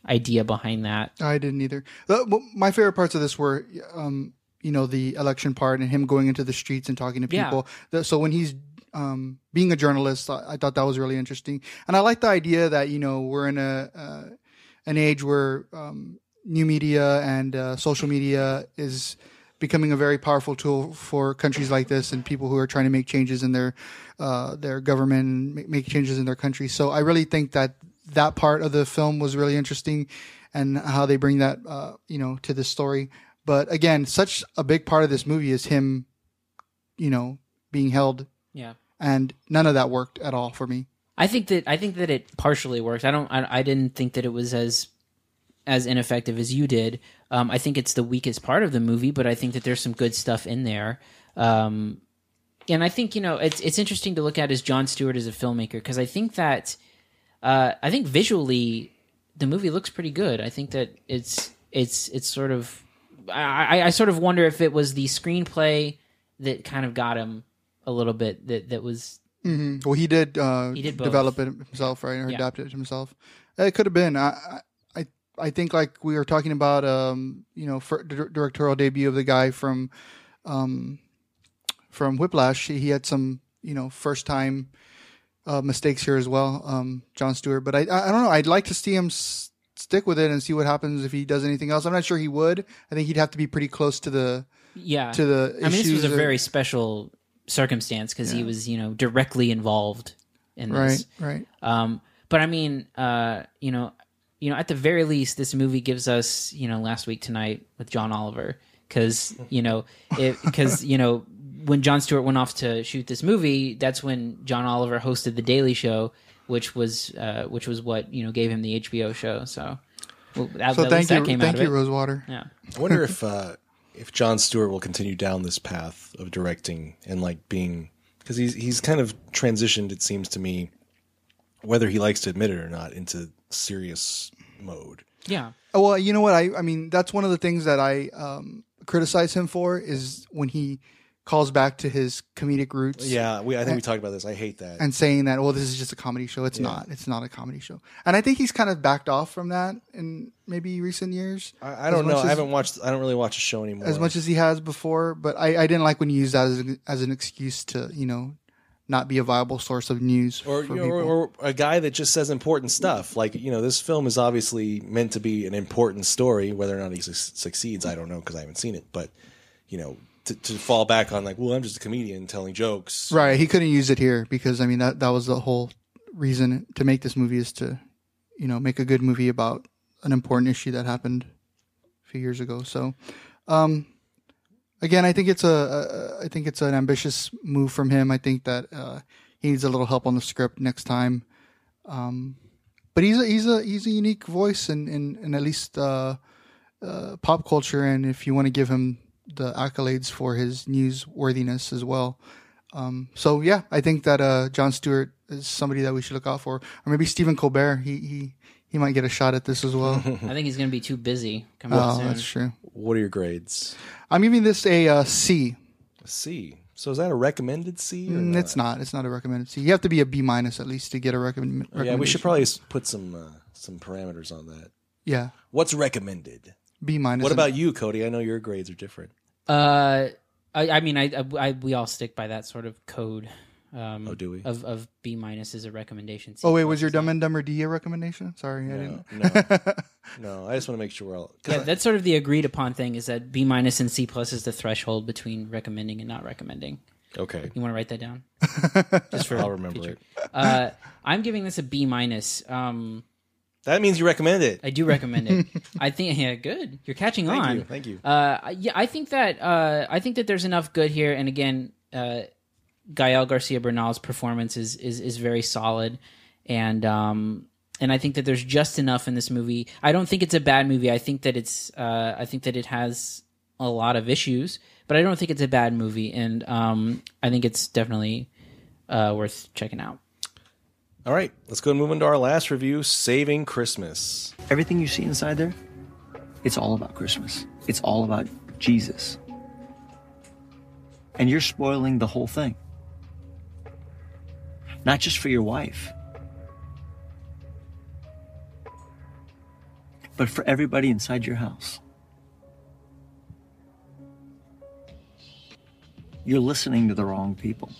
idea behind that. I didn't either. Uh, well, My favorite parts of this were, um, you know, the election part and him going into the streets and talking to Yeah. people. The- So when he's um, being a journalist, I, I thought that was really interesting, and I like the idea that you know we're in a uh, an age where um, new media and uh, social media is becoming a very powerful tool for countries like this and people who are trying to make changes in their uh, their government and ma- make changes in their country. So I really think that that part of the film was really interesting and how they bring that uh, you know to the story. But again, such a big part of this movie is him, you know, being held, Yeah. and none of that worked at all for me. I think that I think that it partially works. I don't. I, I didn't think that it was as as ineffective as you did. Um, I think it's the weakest part of the movie, but I think that there's some good stuff in there. Um, and I think you know it's it's interesting to look at as John Stewart as a filmmaker because I think that uh, I think visually the movie looks pretty good. I think that it's it's it's sort of I, I- I sort of wonder if it was the screenplay that kind of got him a little bit that that was hmm Well, he did. Uh, He did both. develop it himself, right, or Yeah. adapt it himself. It could have been. I, I, I think like we were talking about, um, you know, for dir- directorial debut of the guy from, um, from Whiplash. He had some, you know, first time uh, mistakes here as well, um, John Stewart. But I, I I don't know. I'd like to see him s- stick with it and see what happens if he does anything else. I'm not sure he would. I think he'd have to be pretty close to the, yeah to the. i mean this was issues a or- very special circumstance because he Yeah. was you know directly involved in right, this right. um but i mean uh you know you know at the very least this movie gives us you know last week tonight with john oliver because you know because you know when john stewart went off to shoot this movie that's when john oliver hosted the daily show which was uh which was what you know gave him the hbo show so well, that, So at thank least that you- came out thank of you, it. Rosewater. yeah I wonder if uh, if John Stewart will continue down this path of directing and like being because he's he's kind of transitioned. It seems to me, whether he likes to admit it or not, into serious mode. yeah Oh, Well, you know what? I, I mean, that's one of the things that I um, criticize him for is when he calls back to his comedic roots. Yeah, we I think we And- talked about this. I hate that. and saying that, well, this is just a comedy show. It's Yeah. not. It's not a comedy show. And I think he's kind of backed off from that in maybe recent years. I, I don't know. I haven't watched. I don't really watch a show anymore. as much as he has before, but I, I didn't like when he used that as, an- as an excuse to, you know, not be a viable source of news or, for you know, people. or, or a guy that just says important stuff. Like you know, this film is obviously meant to be an important story. Whether or not he su- succeeds, I don't know because I haven't seen it. But you know, to, to fall back on like, well, I'm just a comedian telling jokes. Right, he couldn't use it here because I mean that that was the whole reason to make this movie is to, you know, make a good movie about an important issue that happened a few years ago. So, um, again, I think it's a, a I think it's an ambitious move from him. I think that uh, he needs a little help on the script next time. Um, but he's a he's a he's a unique voice in in, in at least uh, uh, pop culture, and if you want to give him the accolades for his newsworthiness as well. Um, so yeah, I think that uh, John Stewart is somebody that we should look out for, or maybe Stephen Colbert. He he he might get a shot at this as well. I think he's going to be too busy coming up oh, soon. that's true. What are your grades? I'm giving this a uh, C. C. So is that a recommended C? Or Mm, It's not. It's not a recommended C. You have to be a B minus at least to get a recommend. not? Yeah, we should probably s- put some uh, some parameters on that. Yeah, What's recommended? B minus. What about you, Cody? I know your grades are different. Uh, I, I mean, I, I, I- we all stick by that sort of code. Um, Oh, do we? Of, of B minus is a recommendation. C Oh wait, plus was your is Dumb and Dumber D a recommendation? Sorry, I No, didn't. No, I just want to make sure we're all. Yeah, that's sort of the agreed upon thing is that B minus and C plus is the threshold between recommending and not recommending. Okay. You want to write that down? Just for I'll remember it. Uh, I'm giving this a B minus. Um, that means you recommend it. I do recommend it. I think yeah, good. You're catching Thank on. you, thank you. Uh, I- yeah, I think that uh, I think that there's enough good here. And again, uh, Gael Garcia Bernal's performance is is is very solid, and um, and I think that there's just enough in this movie. I don't think it's a bad movie. I think that it's uh, I think that it has a lot of issues, but I don't think it's a bad movie, and um, I think it's definitely uh, worth checking out. All right, let's go and move into our last review Saving Christmas. Everything you see inside there, it's all about Christmas. It's all about Jesus. And you're spoiling the whole thing. Not just for your wife, but for everybody inside your house. You're listening to the wrong people.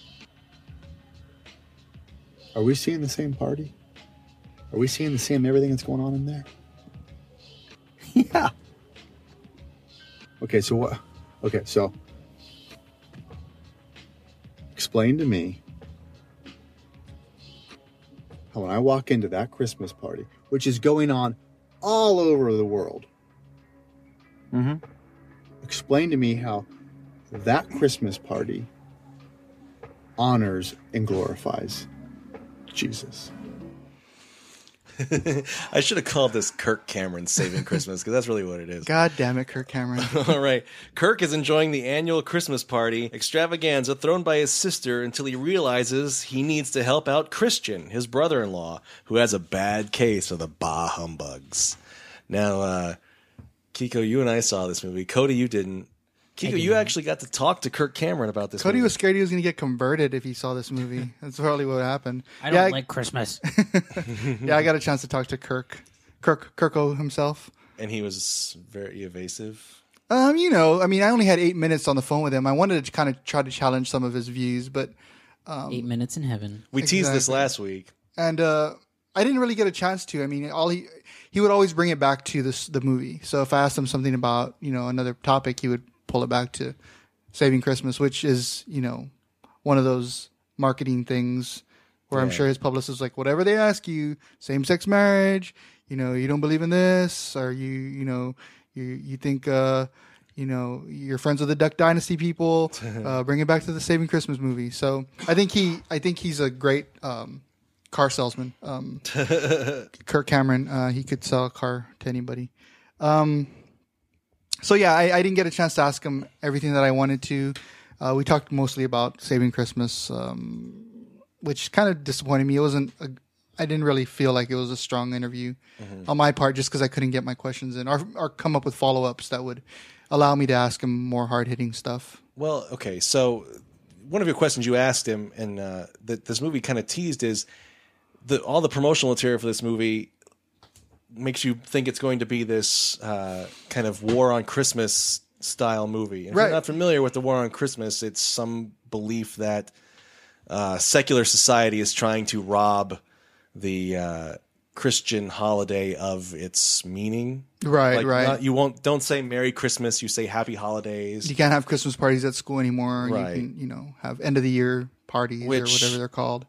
Are we seeing the same party? Are we seeing the same everything that's going on in there? yeah. Okay, so what? Okay, so explain to me how when I walk into that Christmas party, which is going on all over the world, Mm-hmm. explain to me how that Christmas party honors and glorifies Jesus. I should have called this Kirk Cameron Saving Christmas because that's really what it is. God damn it, Kirk Cameron. All right. Kirk is enjoying the annual Christmas party extravaganza thrown by his sister until he realizes he needs to help out Christian, his brother in law, who has a bad case of the bah humbugs. Now, uh, Kiko, you and I saw this movie. Cody, you didn't. Kiko, you actually got to talk to Kirk Cameron about this Cody movie. was scared he was going to get converted if he saw this movie. That's probably what happened. I don't like Christmas. yeah, I got a chance to talk to Kirk, Kirk Kirko himself. and he was very evasive. Um, you know, I mean, I only had eight minutes on the phone with him. I wanted to kind of try to challenge some of his views, but um, eight minutes in heaven. We teased this Exactly. last week. and uh, I didn't really get a chance to. I mean, all he he would always bring it back to this the movie. So if I asked him something about you know another topic, he would pull it back to Saving Christmas, which is you know one of those marketing things where I'm Yeah. sure his publicist is like, whatever they ask you, same sex marriage, you know, you don't believe in this, or you you know you you think. Uh, you know, you're friends with the Duck Dynasty people. Uh, bring it back to the Saving Christmas movie. So I think he, I think he's a great um, car salesman. Um, Kirk Cameron, uh, he could sell a car to anybody. Um, so yeah, I, I didn't get a chance to ask him everything that I wanted to. Uh, we talked mostly about Saving Christmas, um, which kind of disappointed me. It wasn't. A, I didn't really feel like it was a strong interview Mm-hmm. on my part, just because I couldn't get my questions in or, or come up with follow ups that would allow me to ask him more hard hitting stuff. Well, okay. So one of your questions you asked him, and uh, that this movie kind of teased, is the all the promotional material for this movie makes you think it's going to be this uh, kind of war on Christmas style movie. And If Right. you're not familiar with the war on Christmas, it's some belief that uh, secular society is trying to rob the uh, Christian holiday of its meaning. Right, Like, right. not- you won't don't say Merry Christmas. You say Happy Holidays. You can't have Christmas parties at school anymore. Right. You can, you know, have end of the year parties or Which- whatever they're called.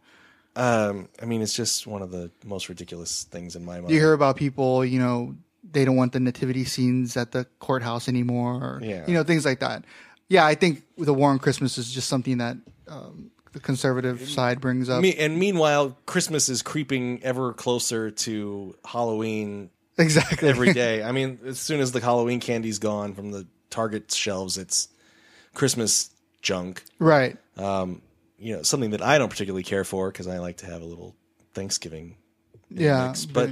Um, I mean, it's just one of the most ridiculous things in my mind. You hear about people, you know, they don't want the nativity scenes at the courthouse anymore. Or, Yeah. You know, things like that. Yeah, I think the war on Christmas is just something that um, the conservative side brings up. Me- and meanwhile, Christmas is creeping ever closer to Halloween. Exactly. Every day. I mean, as soon as the Halloween candy's gone from the Target shelves, it's Christmas junk. Right. Um, you know, something that I don't particularly care for because I like to have a little Thanksgiving. in the Yeah, mix. but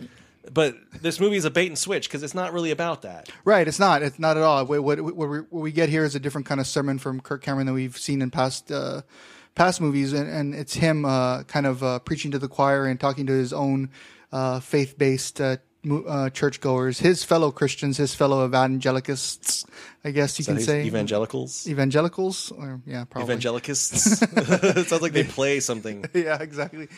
but this movie is a bait and switch because it's not really about that. Right, it's not. It's not at all. What, what, what, we, what we get here is a different kind of sermon from Kirk Cameron than we've seen in past uh, past movies, and, and it's him uh, kind of uh, preaching to the choir and talking to his own uh, faith based uh, mo- uh, churchgoers, his fellow Christians, his fellow evangelicists. I guess you Is that can his- say evangelicals? evangelicals, or yeah, probably Evangelicists. it sounds like they play something. yeah, exactly.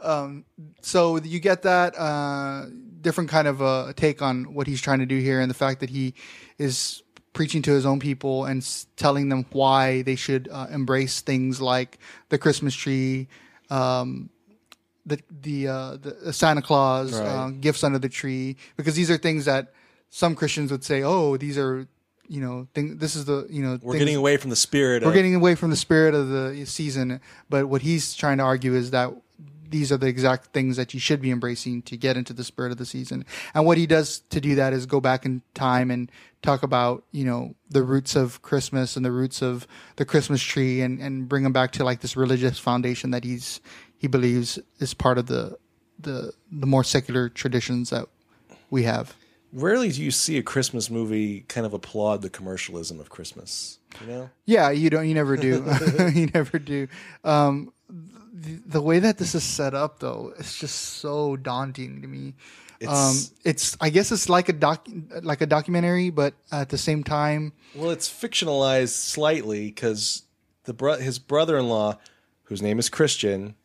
Um, so you get that uh, different kind of uh, take on what he's trying to do here, and the fact that he is preaching to his own people and s- telling them why they should uh, embrace things like the Christmas tree, um, the the, uh, the the Santa Claus, Right. uh, gifts under the tree, because these are things that some Christians would say, "Oh, these are." You know, thing, this is the you know We're things- getting away from the spirit. we're of, getting away from the spirit of the season, but what he's trying to argue is that these are the exact things that you should be embracing to get into the spirit of the season. And what he does to do that is go back in time and talk about, you know, the roots of Christmas and the roots of the Christmas tree and, and bring them back to like this religious foundation that he's, he believes is part of the, the, the more secular traditions that we have. Rarely do you see a Christmas movie kind of applaud the commercialism of Christmas. You know, Yeah, you don't. You never do. you never do. Um, the, the way that this is set up, though, it's just so daunting to me. um, It's- it's. I guess it's like a doc, like a documentary, but at the same time, Well, it's fictionalized slightly because the bro- his brother-in-law, whose name is Christian,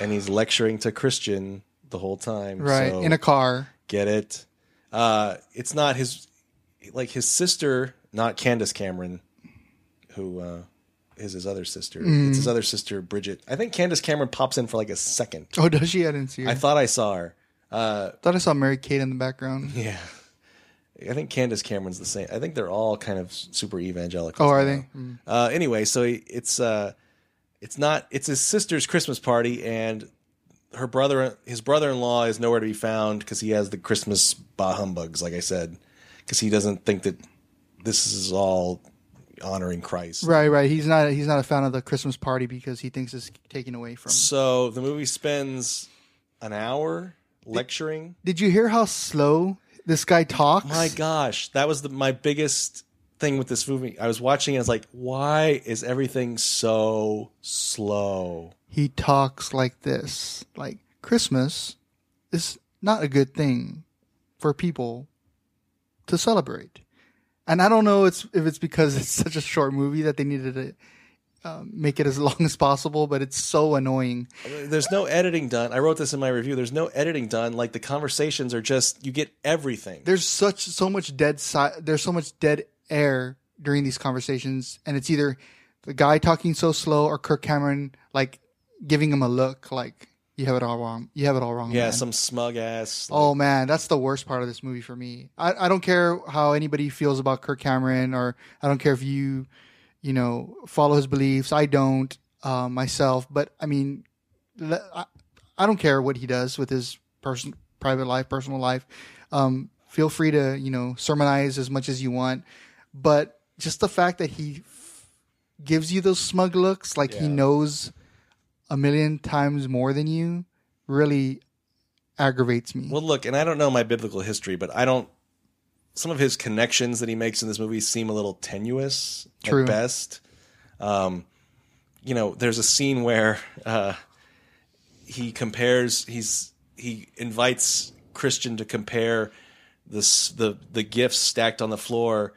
and he's lecturing to Christian the whole time. right so in a car. Get it? Uh, it's not his like his sister, not Candace Cameron, who uh, is his other sister. Mm. It's his other sister, Bridget. I think Candace Cameron pops in for like a second. Oh, does she? I didn't see her. I thought I saw her. Uh, thought I saw Mary Kate in the background. yeah. I think Candace Cameron's the same. I think they're all kind of super evangelical. Oh, are they? Mm. Uh, anyway, so he- it's uh, it's not it's his sister's Christmas party, and her brother, his brother-in-law, is nowhere to be found because he has the Christmas bah humbugs, like I said, because he doesn't think that this is all honoring Christ. Right, right. He's not. He's not a fan of the Christmas party because he thinks it's taken away from. So the movie spends an hour lecturing. Did you hear how slow this guy talks? My gosh, that was the, my biggest thing with this movie. I was watching, it, I was like, why is everything so slow? he talks like this like christmas is not a good thing for people to celebrate and i don't know it's if it's because it's such a short movie that they needed to um, make it as long as possible but it's so annoying There's no editing done. I wrote this in my review. There's no editing done. Like the conversations are just you get everything. there's such so much dead si- there's so much dead air during these conversations and it's either the guy talking so slow or kirk cameron like giving him a look like you have it all wrong you have it all wrong Yeah, man." some smug ass. Oh man, that's the worst part of this movie for me. I, I don't care how anybody feels about Kirk Cameron, or I don't care if you, you know, follow his beliefs. I don't uh, myself, but I mean, le- I, I don't care what he does with his person, private life, personal life. Um, feel free to you know sermonize as much as you want, but just the fact that he f- gives you those smug looks, like he knows a million times more than you, really aggravates me. Well, look, and I don't know my biblical history, but I don't. Some of his connections that he makes in this movie seem a little tenuous True. at best. Um, you know, there's a scene where uh, he compares. He's he invites Christian to compare this the the gifts stacked on the floor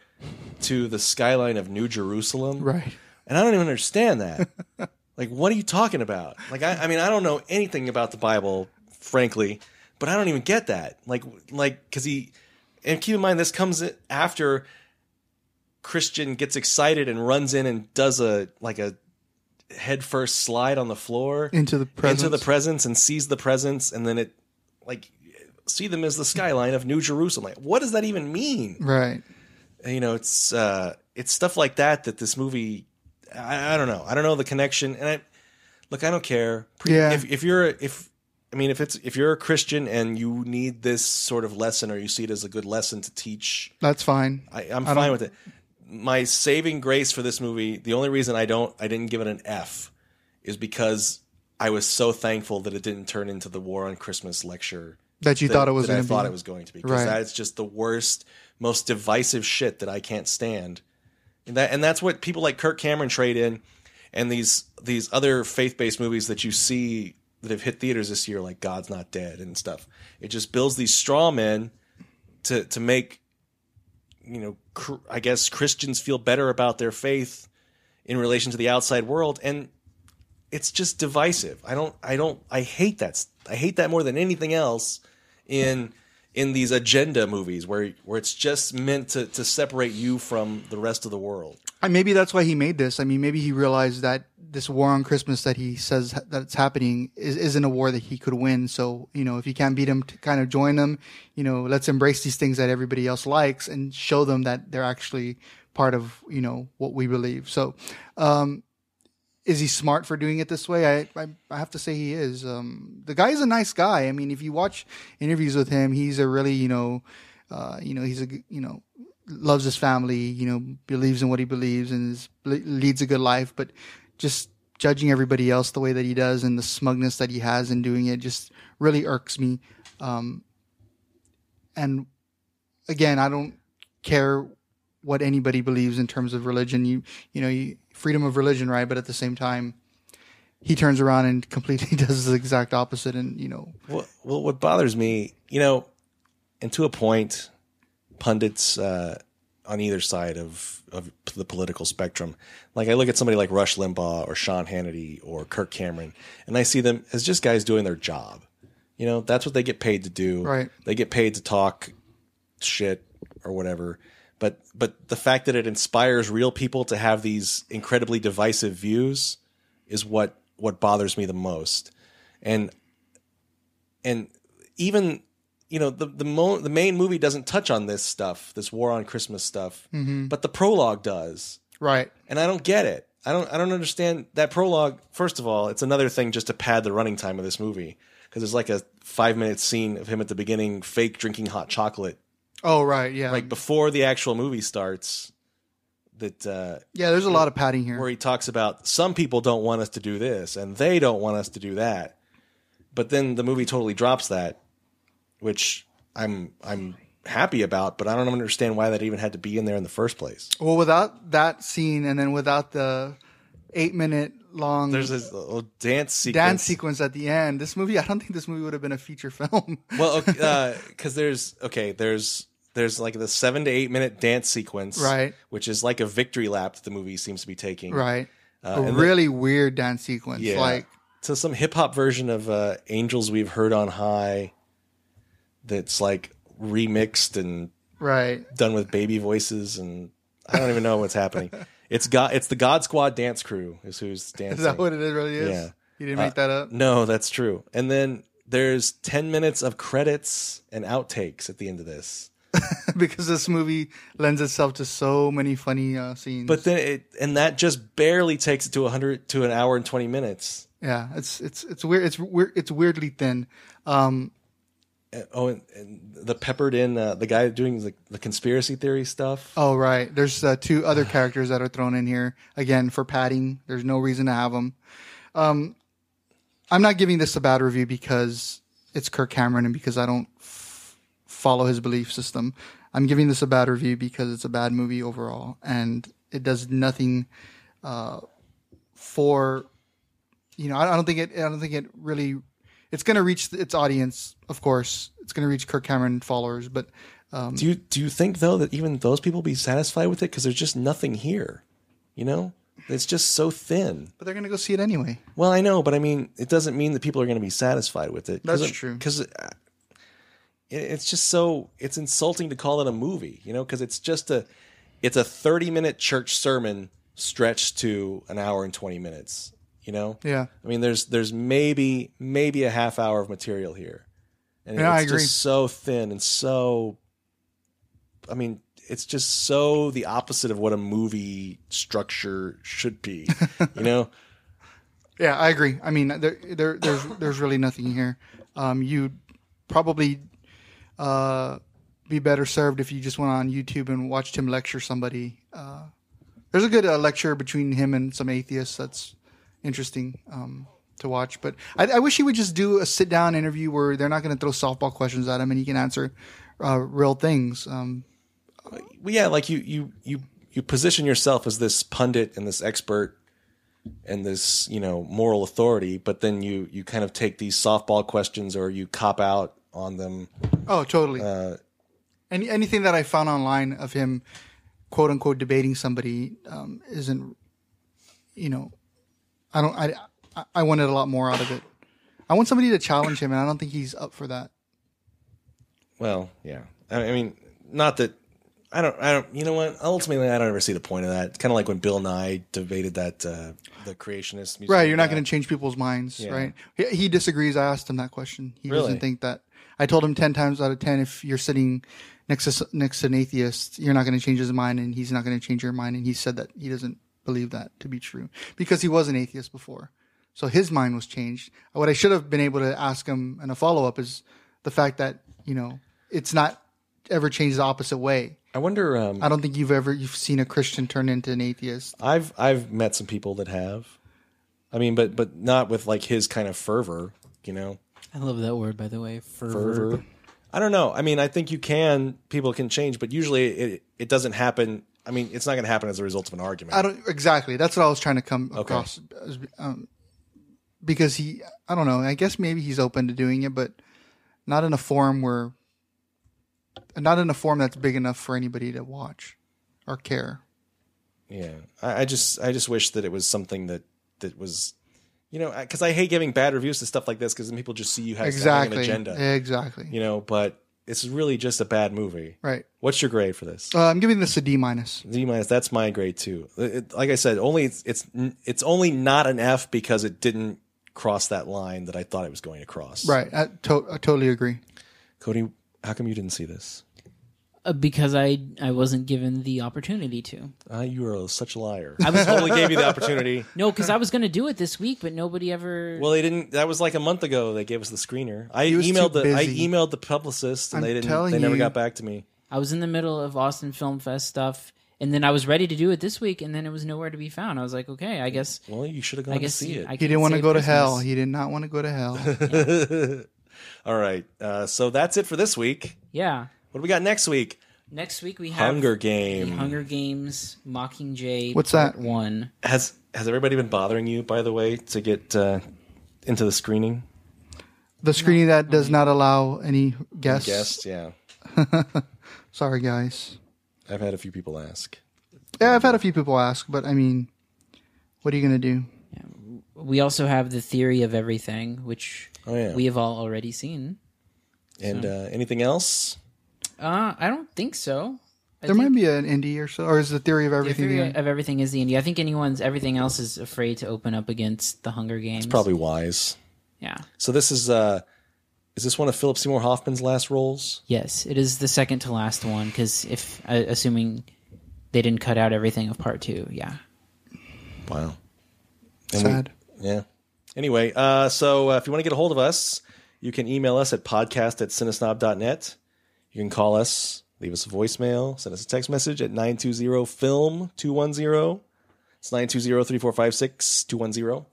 to the skyline of New Jerusalem. Right. And I don't even understand that. like, what are you talking about? Like, I, I mean, I don't know anything about the Bible, frankly, but I don't even get that. Like, like because he, and keep in mind, this comes after Christian gets excited and runs in and does a like a head first slide on the floor Into the into the presence. presence and sees the presence, and then it like see them as the skyline of New Jerusalem. Like, what does that even mean? Right. you know it's uh it's stuff like that that this movie i, I don't know i don't know the connection and i look i don't care Pre- Yeah. if, if you're a- if i mean if it's if you're a christian and you need this sort of lesson or you see it as a good lesson to teach That's fine. I, i'm fine I don't- with it my saving grace for this movie, the only reason I don't I didn't give it an F is because I was so thankful that it didn't turn into the War on Christmas lecture That you thought it was that I gonna be. thought it was going to be because Right. that's just the worst, most divisive shit that I can't stand. And that and that's what people like Kirk Cameron trade in and these these other faith-based movies that you see that have hit theaters this year like God's Not Dead and stuff. It just builds these straw men to to make you know cr- I guess Christians feel better about their faith in relation to the outside world and it's just divisive. I don't I don't I hate that. s- I hate that more than anything else in in these agenda movies where where it's just meant to to separate you from the rest of the world. And maybe that's why he made this. I mean, maybe he realized that this war on Christmas that he says ha- that's happening is, isn't a war that he could win. So, you know, if you can't beat him, to kind of join them, you know, let's embrace these things that everybody else likes and show them that they're actually part of, you know, what we believe. So, um, is he smart for doing it this way? I, I, I have to say he is. Um, the guy is a nice guy. I mean, if you watch interviews with him, he's a really, you know, uh, you know, he's a, g- you know, loves his family, you know, believes in what he believes and is, le- leads a good life, but just judging everybody else the way that he does and the smugness that he has in doing it just really irks me. Um, and again, I don't care what anybody believes in terms of religion. You, you know, you, freedom of religion, right? But at the same time, he turns around and completely does the exact opposite. And, you know, Well, well what bothers me, you know, and to a point, pundits uh, on either side of, of the political spectrum, like I look at somebody like Rush Limbaugh or Sean Hannity or Kirk Cameron, and I see them as just guys doing their job. You know, that's what they get paid to do. Right. They get paid to talk shit or whatever. But but the fact that it inspires real people to have these incredibly divisive views is what what bothers me the most. And and even you know the the, mo- the main movie doesn't touch on this stuff, this war on Christmas stuff, Mhm. but the prologue does, right. and I don't get it. I don't I don't understand that prologue. First of all, it's another thing just to pad the running time of this movie because there's like a five minute scene of him at the beginning, fake drinking hot chocolate, Oh, right. Yeah. like before the actual movie starts. That uh, yeah, there's a lot of padding here. where he talks about some people don't want us to do this and they don't want us to do that. But then the movie totally drops that, which I'm I'm happy about, but I don't understand why that even had to be in there in the first place. Well, without that scene, and then without the eight-minute long There's this little dance sequence. dance sequence at the end, this movie, I don't think this movie would have been a feature film. well, because there's okay, there's there's like the seven to eight minute dance sequence, Right. Which is like a victory lap that the movie seems to be taking, right. Uh, a and the- really weird dance sequence. Yeah. Like, to some hip hop version of uh, "Angels We've Heard on High," that's like remixed and right. done with baby voices, and I don't even know what's happening. It's got it's the God Squad dance crew is who's dancing. Is that what it really is? Yeah. You didn't make Uh, that up? No, that's true. And then there's ten minutes of credits and outtakes at the end of this. because this movie lends itself to so many funny uh, scenes. But then it and that just barely takes it to hundred to an hour and twenty minutes. yeah, it's it's it's weird. It's weird. It's weirdly thin. Um, Uh, Oh, and, and the peppered in uh, the guy doing the, the conspiracy theory stuff. oh right, there's uh, two other characters that are thrown in here again for padding. There's no reason to have them. Um, I'm not giving this a bad review because it's Kirk Cameron and because I don't f- follow his belief system. I'm giving this a bad review because it's a bad movie overall and it does nothing uh, for you know I, I don't think it I don't think it really it's going to reach its audience of course it's going to reach Kirk Cameron followers but um, Do you do you think though that even those people be satisfied with it because there's just nothing here, you know? It's just so thin. but they're going to go see it anyway Well, I know, but I mean, it doesn't mean that people are going to be satisfied with it. That's true. Because it, it's just so it's insulting to call it a movie, you know? Because it's just a it's a thirty minute church sermon stretched to an hour and twenty minutes, you know? Yeah. I mean, there's there's maybe maybe a half hour of material here, and Yeah, I it's agree. just so thin and so. I mean, it's just so the opposite of what a movie structure should be. You know, Yeah, I agree. I mean, there, there, there's, there's really nothing here. Um, you probably, uh, be better served if you just went on YouTube and watched him lecture somebody. Uh, there's a good uh, lecture between him and some atheists that's interesting um, to watch. But I, I wish he would just do a sit down interview where they're not going to throw softball questions at him and he can answer uh, real things. Um, Well, yeah, like you you you you position yourself as this pundit and this expert and this you know moral authority, but then you you kind of take these softball questions or you cop out on them. oh, totally. Uh, Any anything that I found online of him, quote unquote, debating somebody um, isn't, you know, I don't. I I- I wanted a lot more out of it. I want somebody to challenge him, and I don't think he's up for that. well, yeah, I, I mean, not that I don't I don't you know what ultimately I don't ever see the point of that. It's kind of like when Bill Nye debated that uh, the creationist. museum right, you're not guy. going to change people's minds, uh, Yeah. right? He, he disagrees. I asked him that question. He Really? doesn't think that. I told him ten times out of ten, if you're sitting next to s- next to an atheist, you're not going to change his mind, and he's not going to change your mind. And he said that he doesn't believe that to be true because he was an atheist before, so his mind was changed. What I should have been able to ask him in a follow up is the fact that you know it's not ever changed the opposite way. I wonder. Um, I don't think you've ever you've seen a Christian turn into an atheist. I've I've met some people that have. I mean, but but not with like his kind of fervor, you know. I love that word, by the way. Fervor. Fervor. I don't know. I mean, I think you can. People can change, but usually it it doesn't happen. I mean, it's not going to happen as a result of an argument. I don't exactly. That's what I was trying to come across, as- um, because he. I don't know. I guess maybe he's open to doing it, but not in a form where, not in a form that's big enough for anybody to watch or care. Yeah, I, I just I just wish that it was something that that was, you know, because I hate giving bad reviews to stuff like this because then people just see you have having Exactly. an agenda, Exactly. you know. But it's really just a bad movie, Right. What's your grade for this? Uh, I'm giving this a D minus. D minus. That's my grade too. It- it- like I said, only it's, it's it's only not an F because it didn't cross that line that I thought it was going to cross. Right. I, to- I totally agree. Cody, how come you didn't see this? Uh, because I I wasn't given the opportunity to. Uh, you are such a liar. I I was- totally gave you the opportunity. No, because I was going to do it this week, but nobody ever. Well, they didn't. That was like a month ago. They gave us the screener. I He was emailed too the I busy. emailed the publicist, and I'm they didn't. telling They never you. got back to me. I was in the middle of Austin Film Fest stuff, and then I was ready to do it this week, and then it was nowhere to be found. I was like, okay, I guess. Well, you should have gone I to guess see you- it. I he can't didn't want to save go to Christmas. hell. He did not want to go to hell. All right. Uh, so that's it for this week. Yeah. What do we got next week? Next week we have Hunger the Game. Hunger Games, Mockingjay. What's Part that? One. Has Has everybody been bothering you, by the way, to get uh, into the screening? The screening that does not allow any guests. Guests, yeah. Sorry, guys. I've had a few people ask. Yeah, I've had a few people ask, but I mean, what are you gonna do? We also have the Theory of Everything, which Oh, yeah. we have all already seen. And So- uh, anything else? Uh, I don't think so. I there think might be an indie or so, or is the theory of the everything? theory the of everything is the indie. I think anyone's everything else is afraid to open up against the Hunger Games. It's probably wise. Yeah. So this is uh, is this one of Philip Seymour Hoffman's last roles? Yes, it is the second to last one because if uh, assuming they didn't cut out everything of part two, yeah. Wow. And we- Sad. yeah. Anyway, uh, so uh, if you want to get a hold of us, you can email us at podcast at cinesnob.net. You can call us, leave us a voicemail, send us a text message at 920-FILM-210. It's 920-3456-210.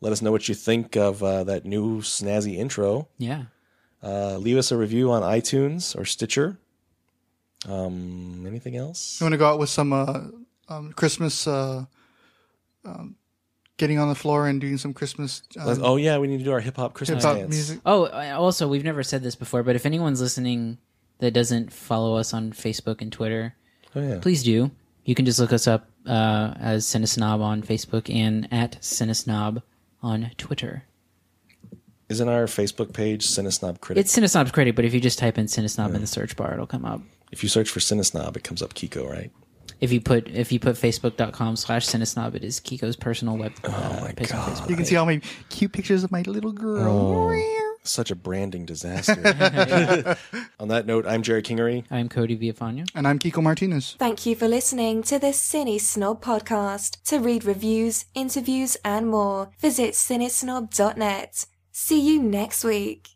Let us know what you think of uh, that new snazzy intro. Yeah. Uh, leave us a review on iTunes or Stitcher. Um, anything else? You want to go out with some uh, um, Christmas, uh, um, getting on the floor and doing some Christmas. Uh, Let's- oh, yeah, we need to do our hip-hop Christmas hip-hop dance. music. Oh, I- also, we've never said this before, but if anyone's listening that doesn't follow us on Facebook and Twitter, Oh, yeah. please do. You can just look us up uh, as Cinesnob on Facebook and at Cinesnob on Twitter. Isn't our Facebook page Cinesnob Critic? It's Cinesnob's credit, but if you just type in Cinesnob in the search bar, it'll come up. If you search for Cinesnob, it comes up Kiko, right? If you put if you put facebook.com slash Cinesnob, it is Kiko's personal web. Oh my god! you can see all my cute pictures of my little girl. Oh, such a branding disaster. On that note, I'm Jerry Kingery. I'm Cody Biafania. And I'm Kiko Martinez. Thank you for listening to the Cine Snob podcast. To read reviews, interviews, and more, visit cinesnob.net. See you next week.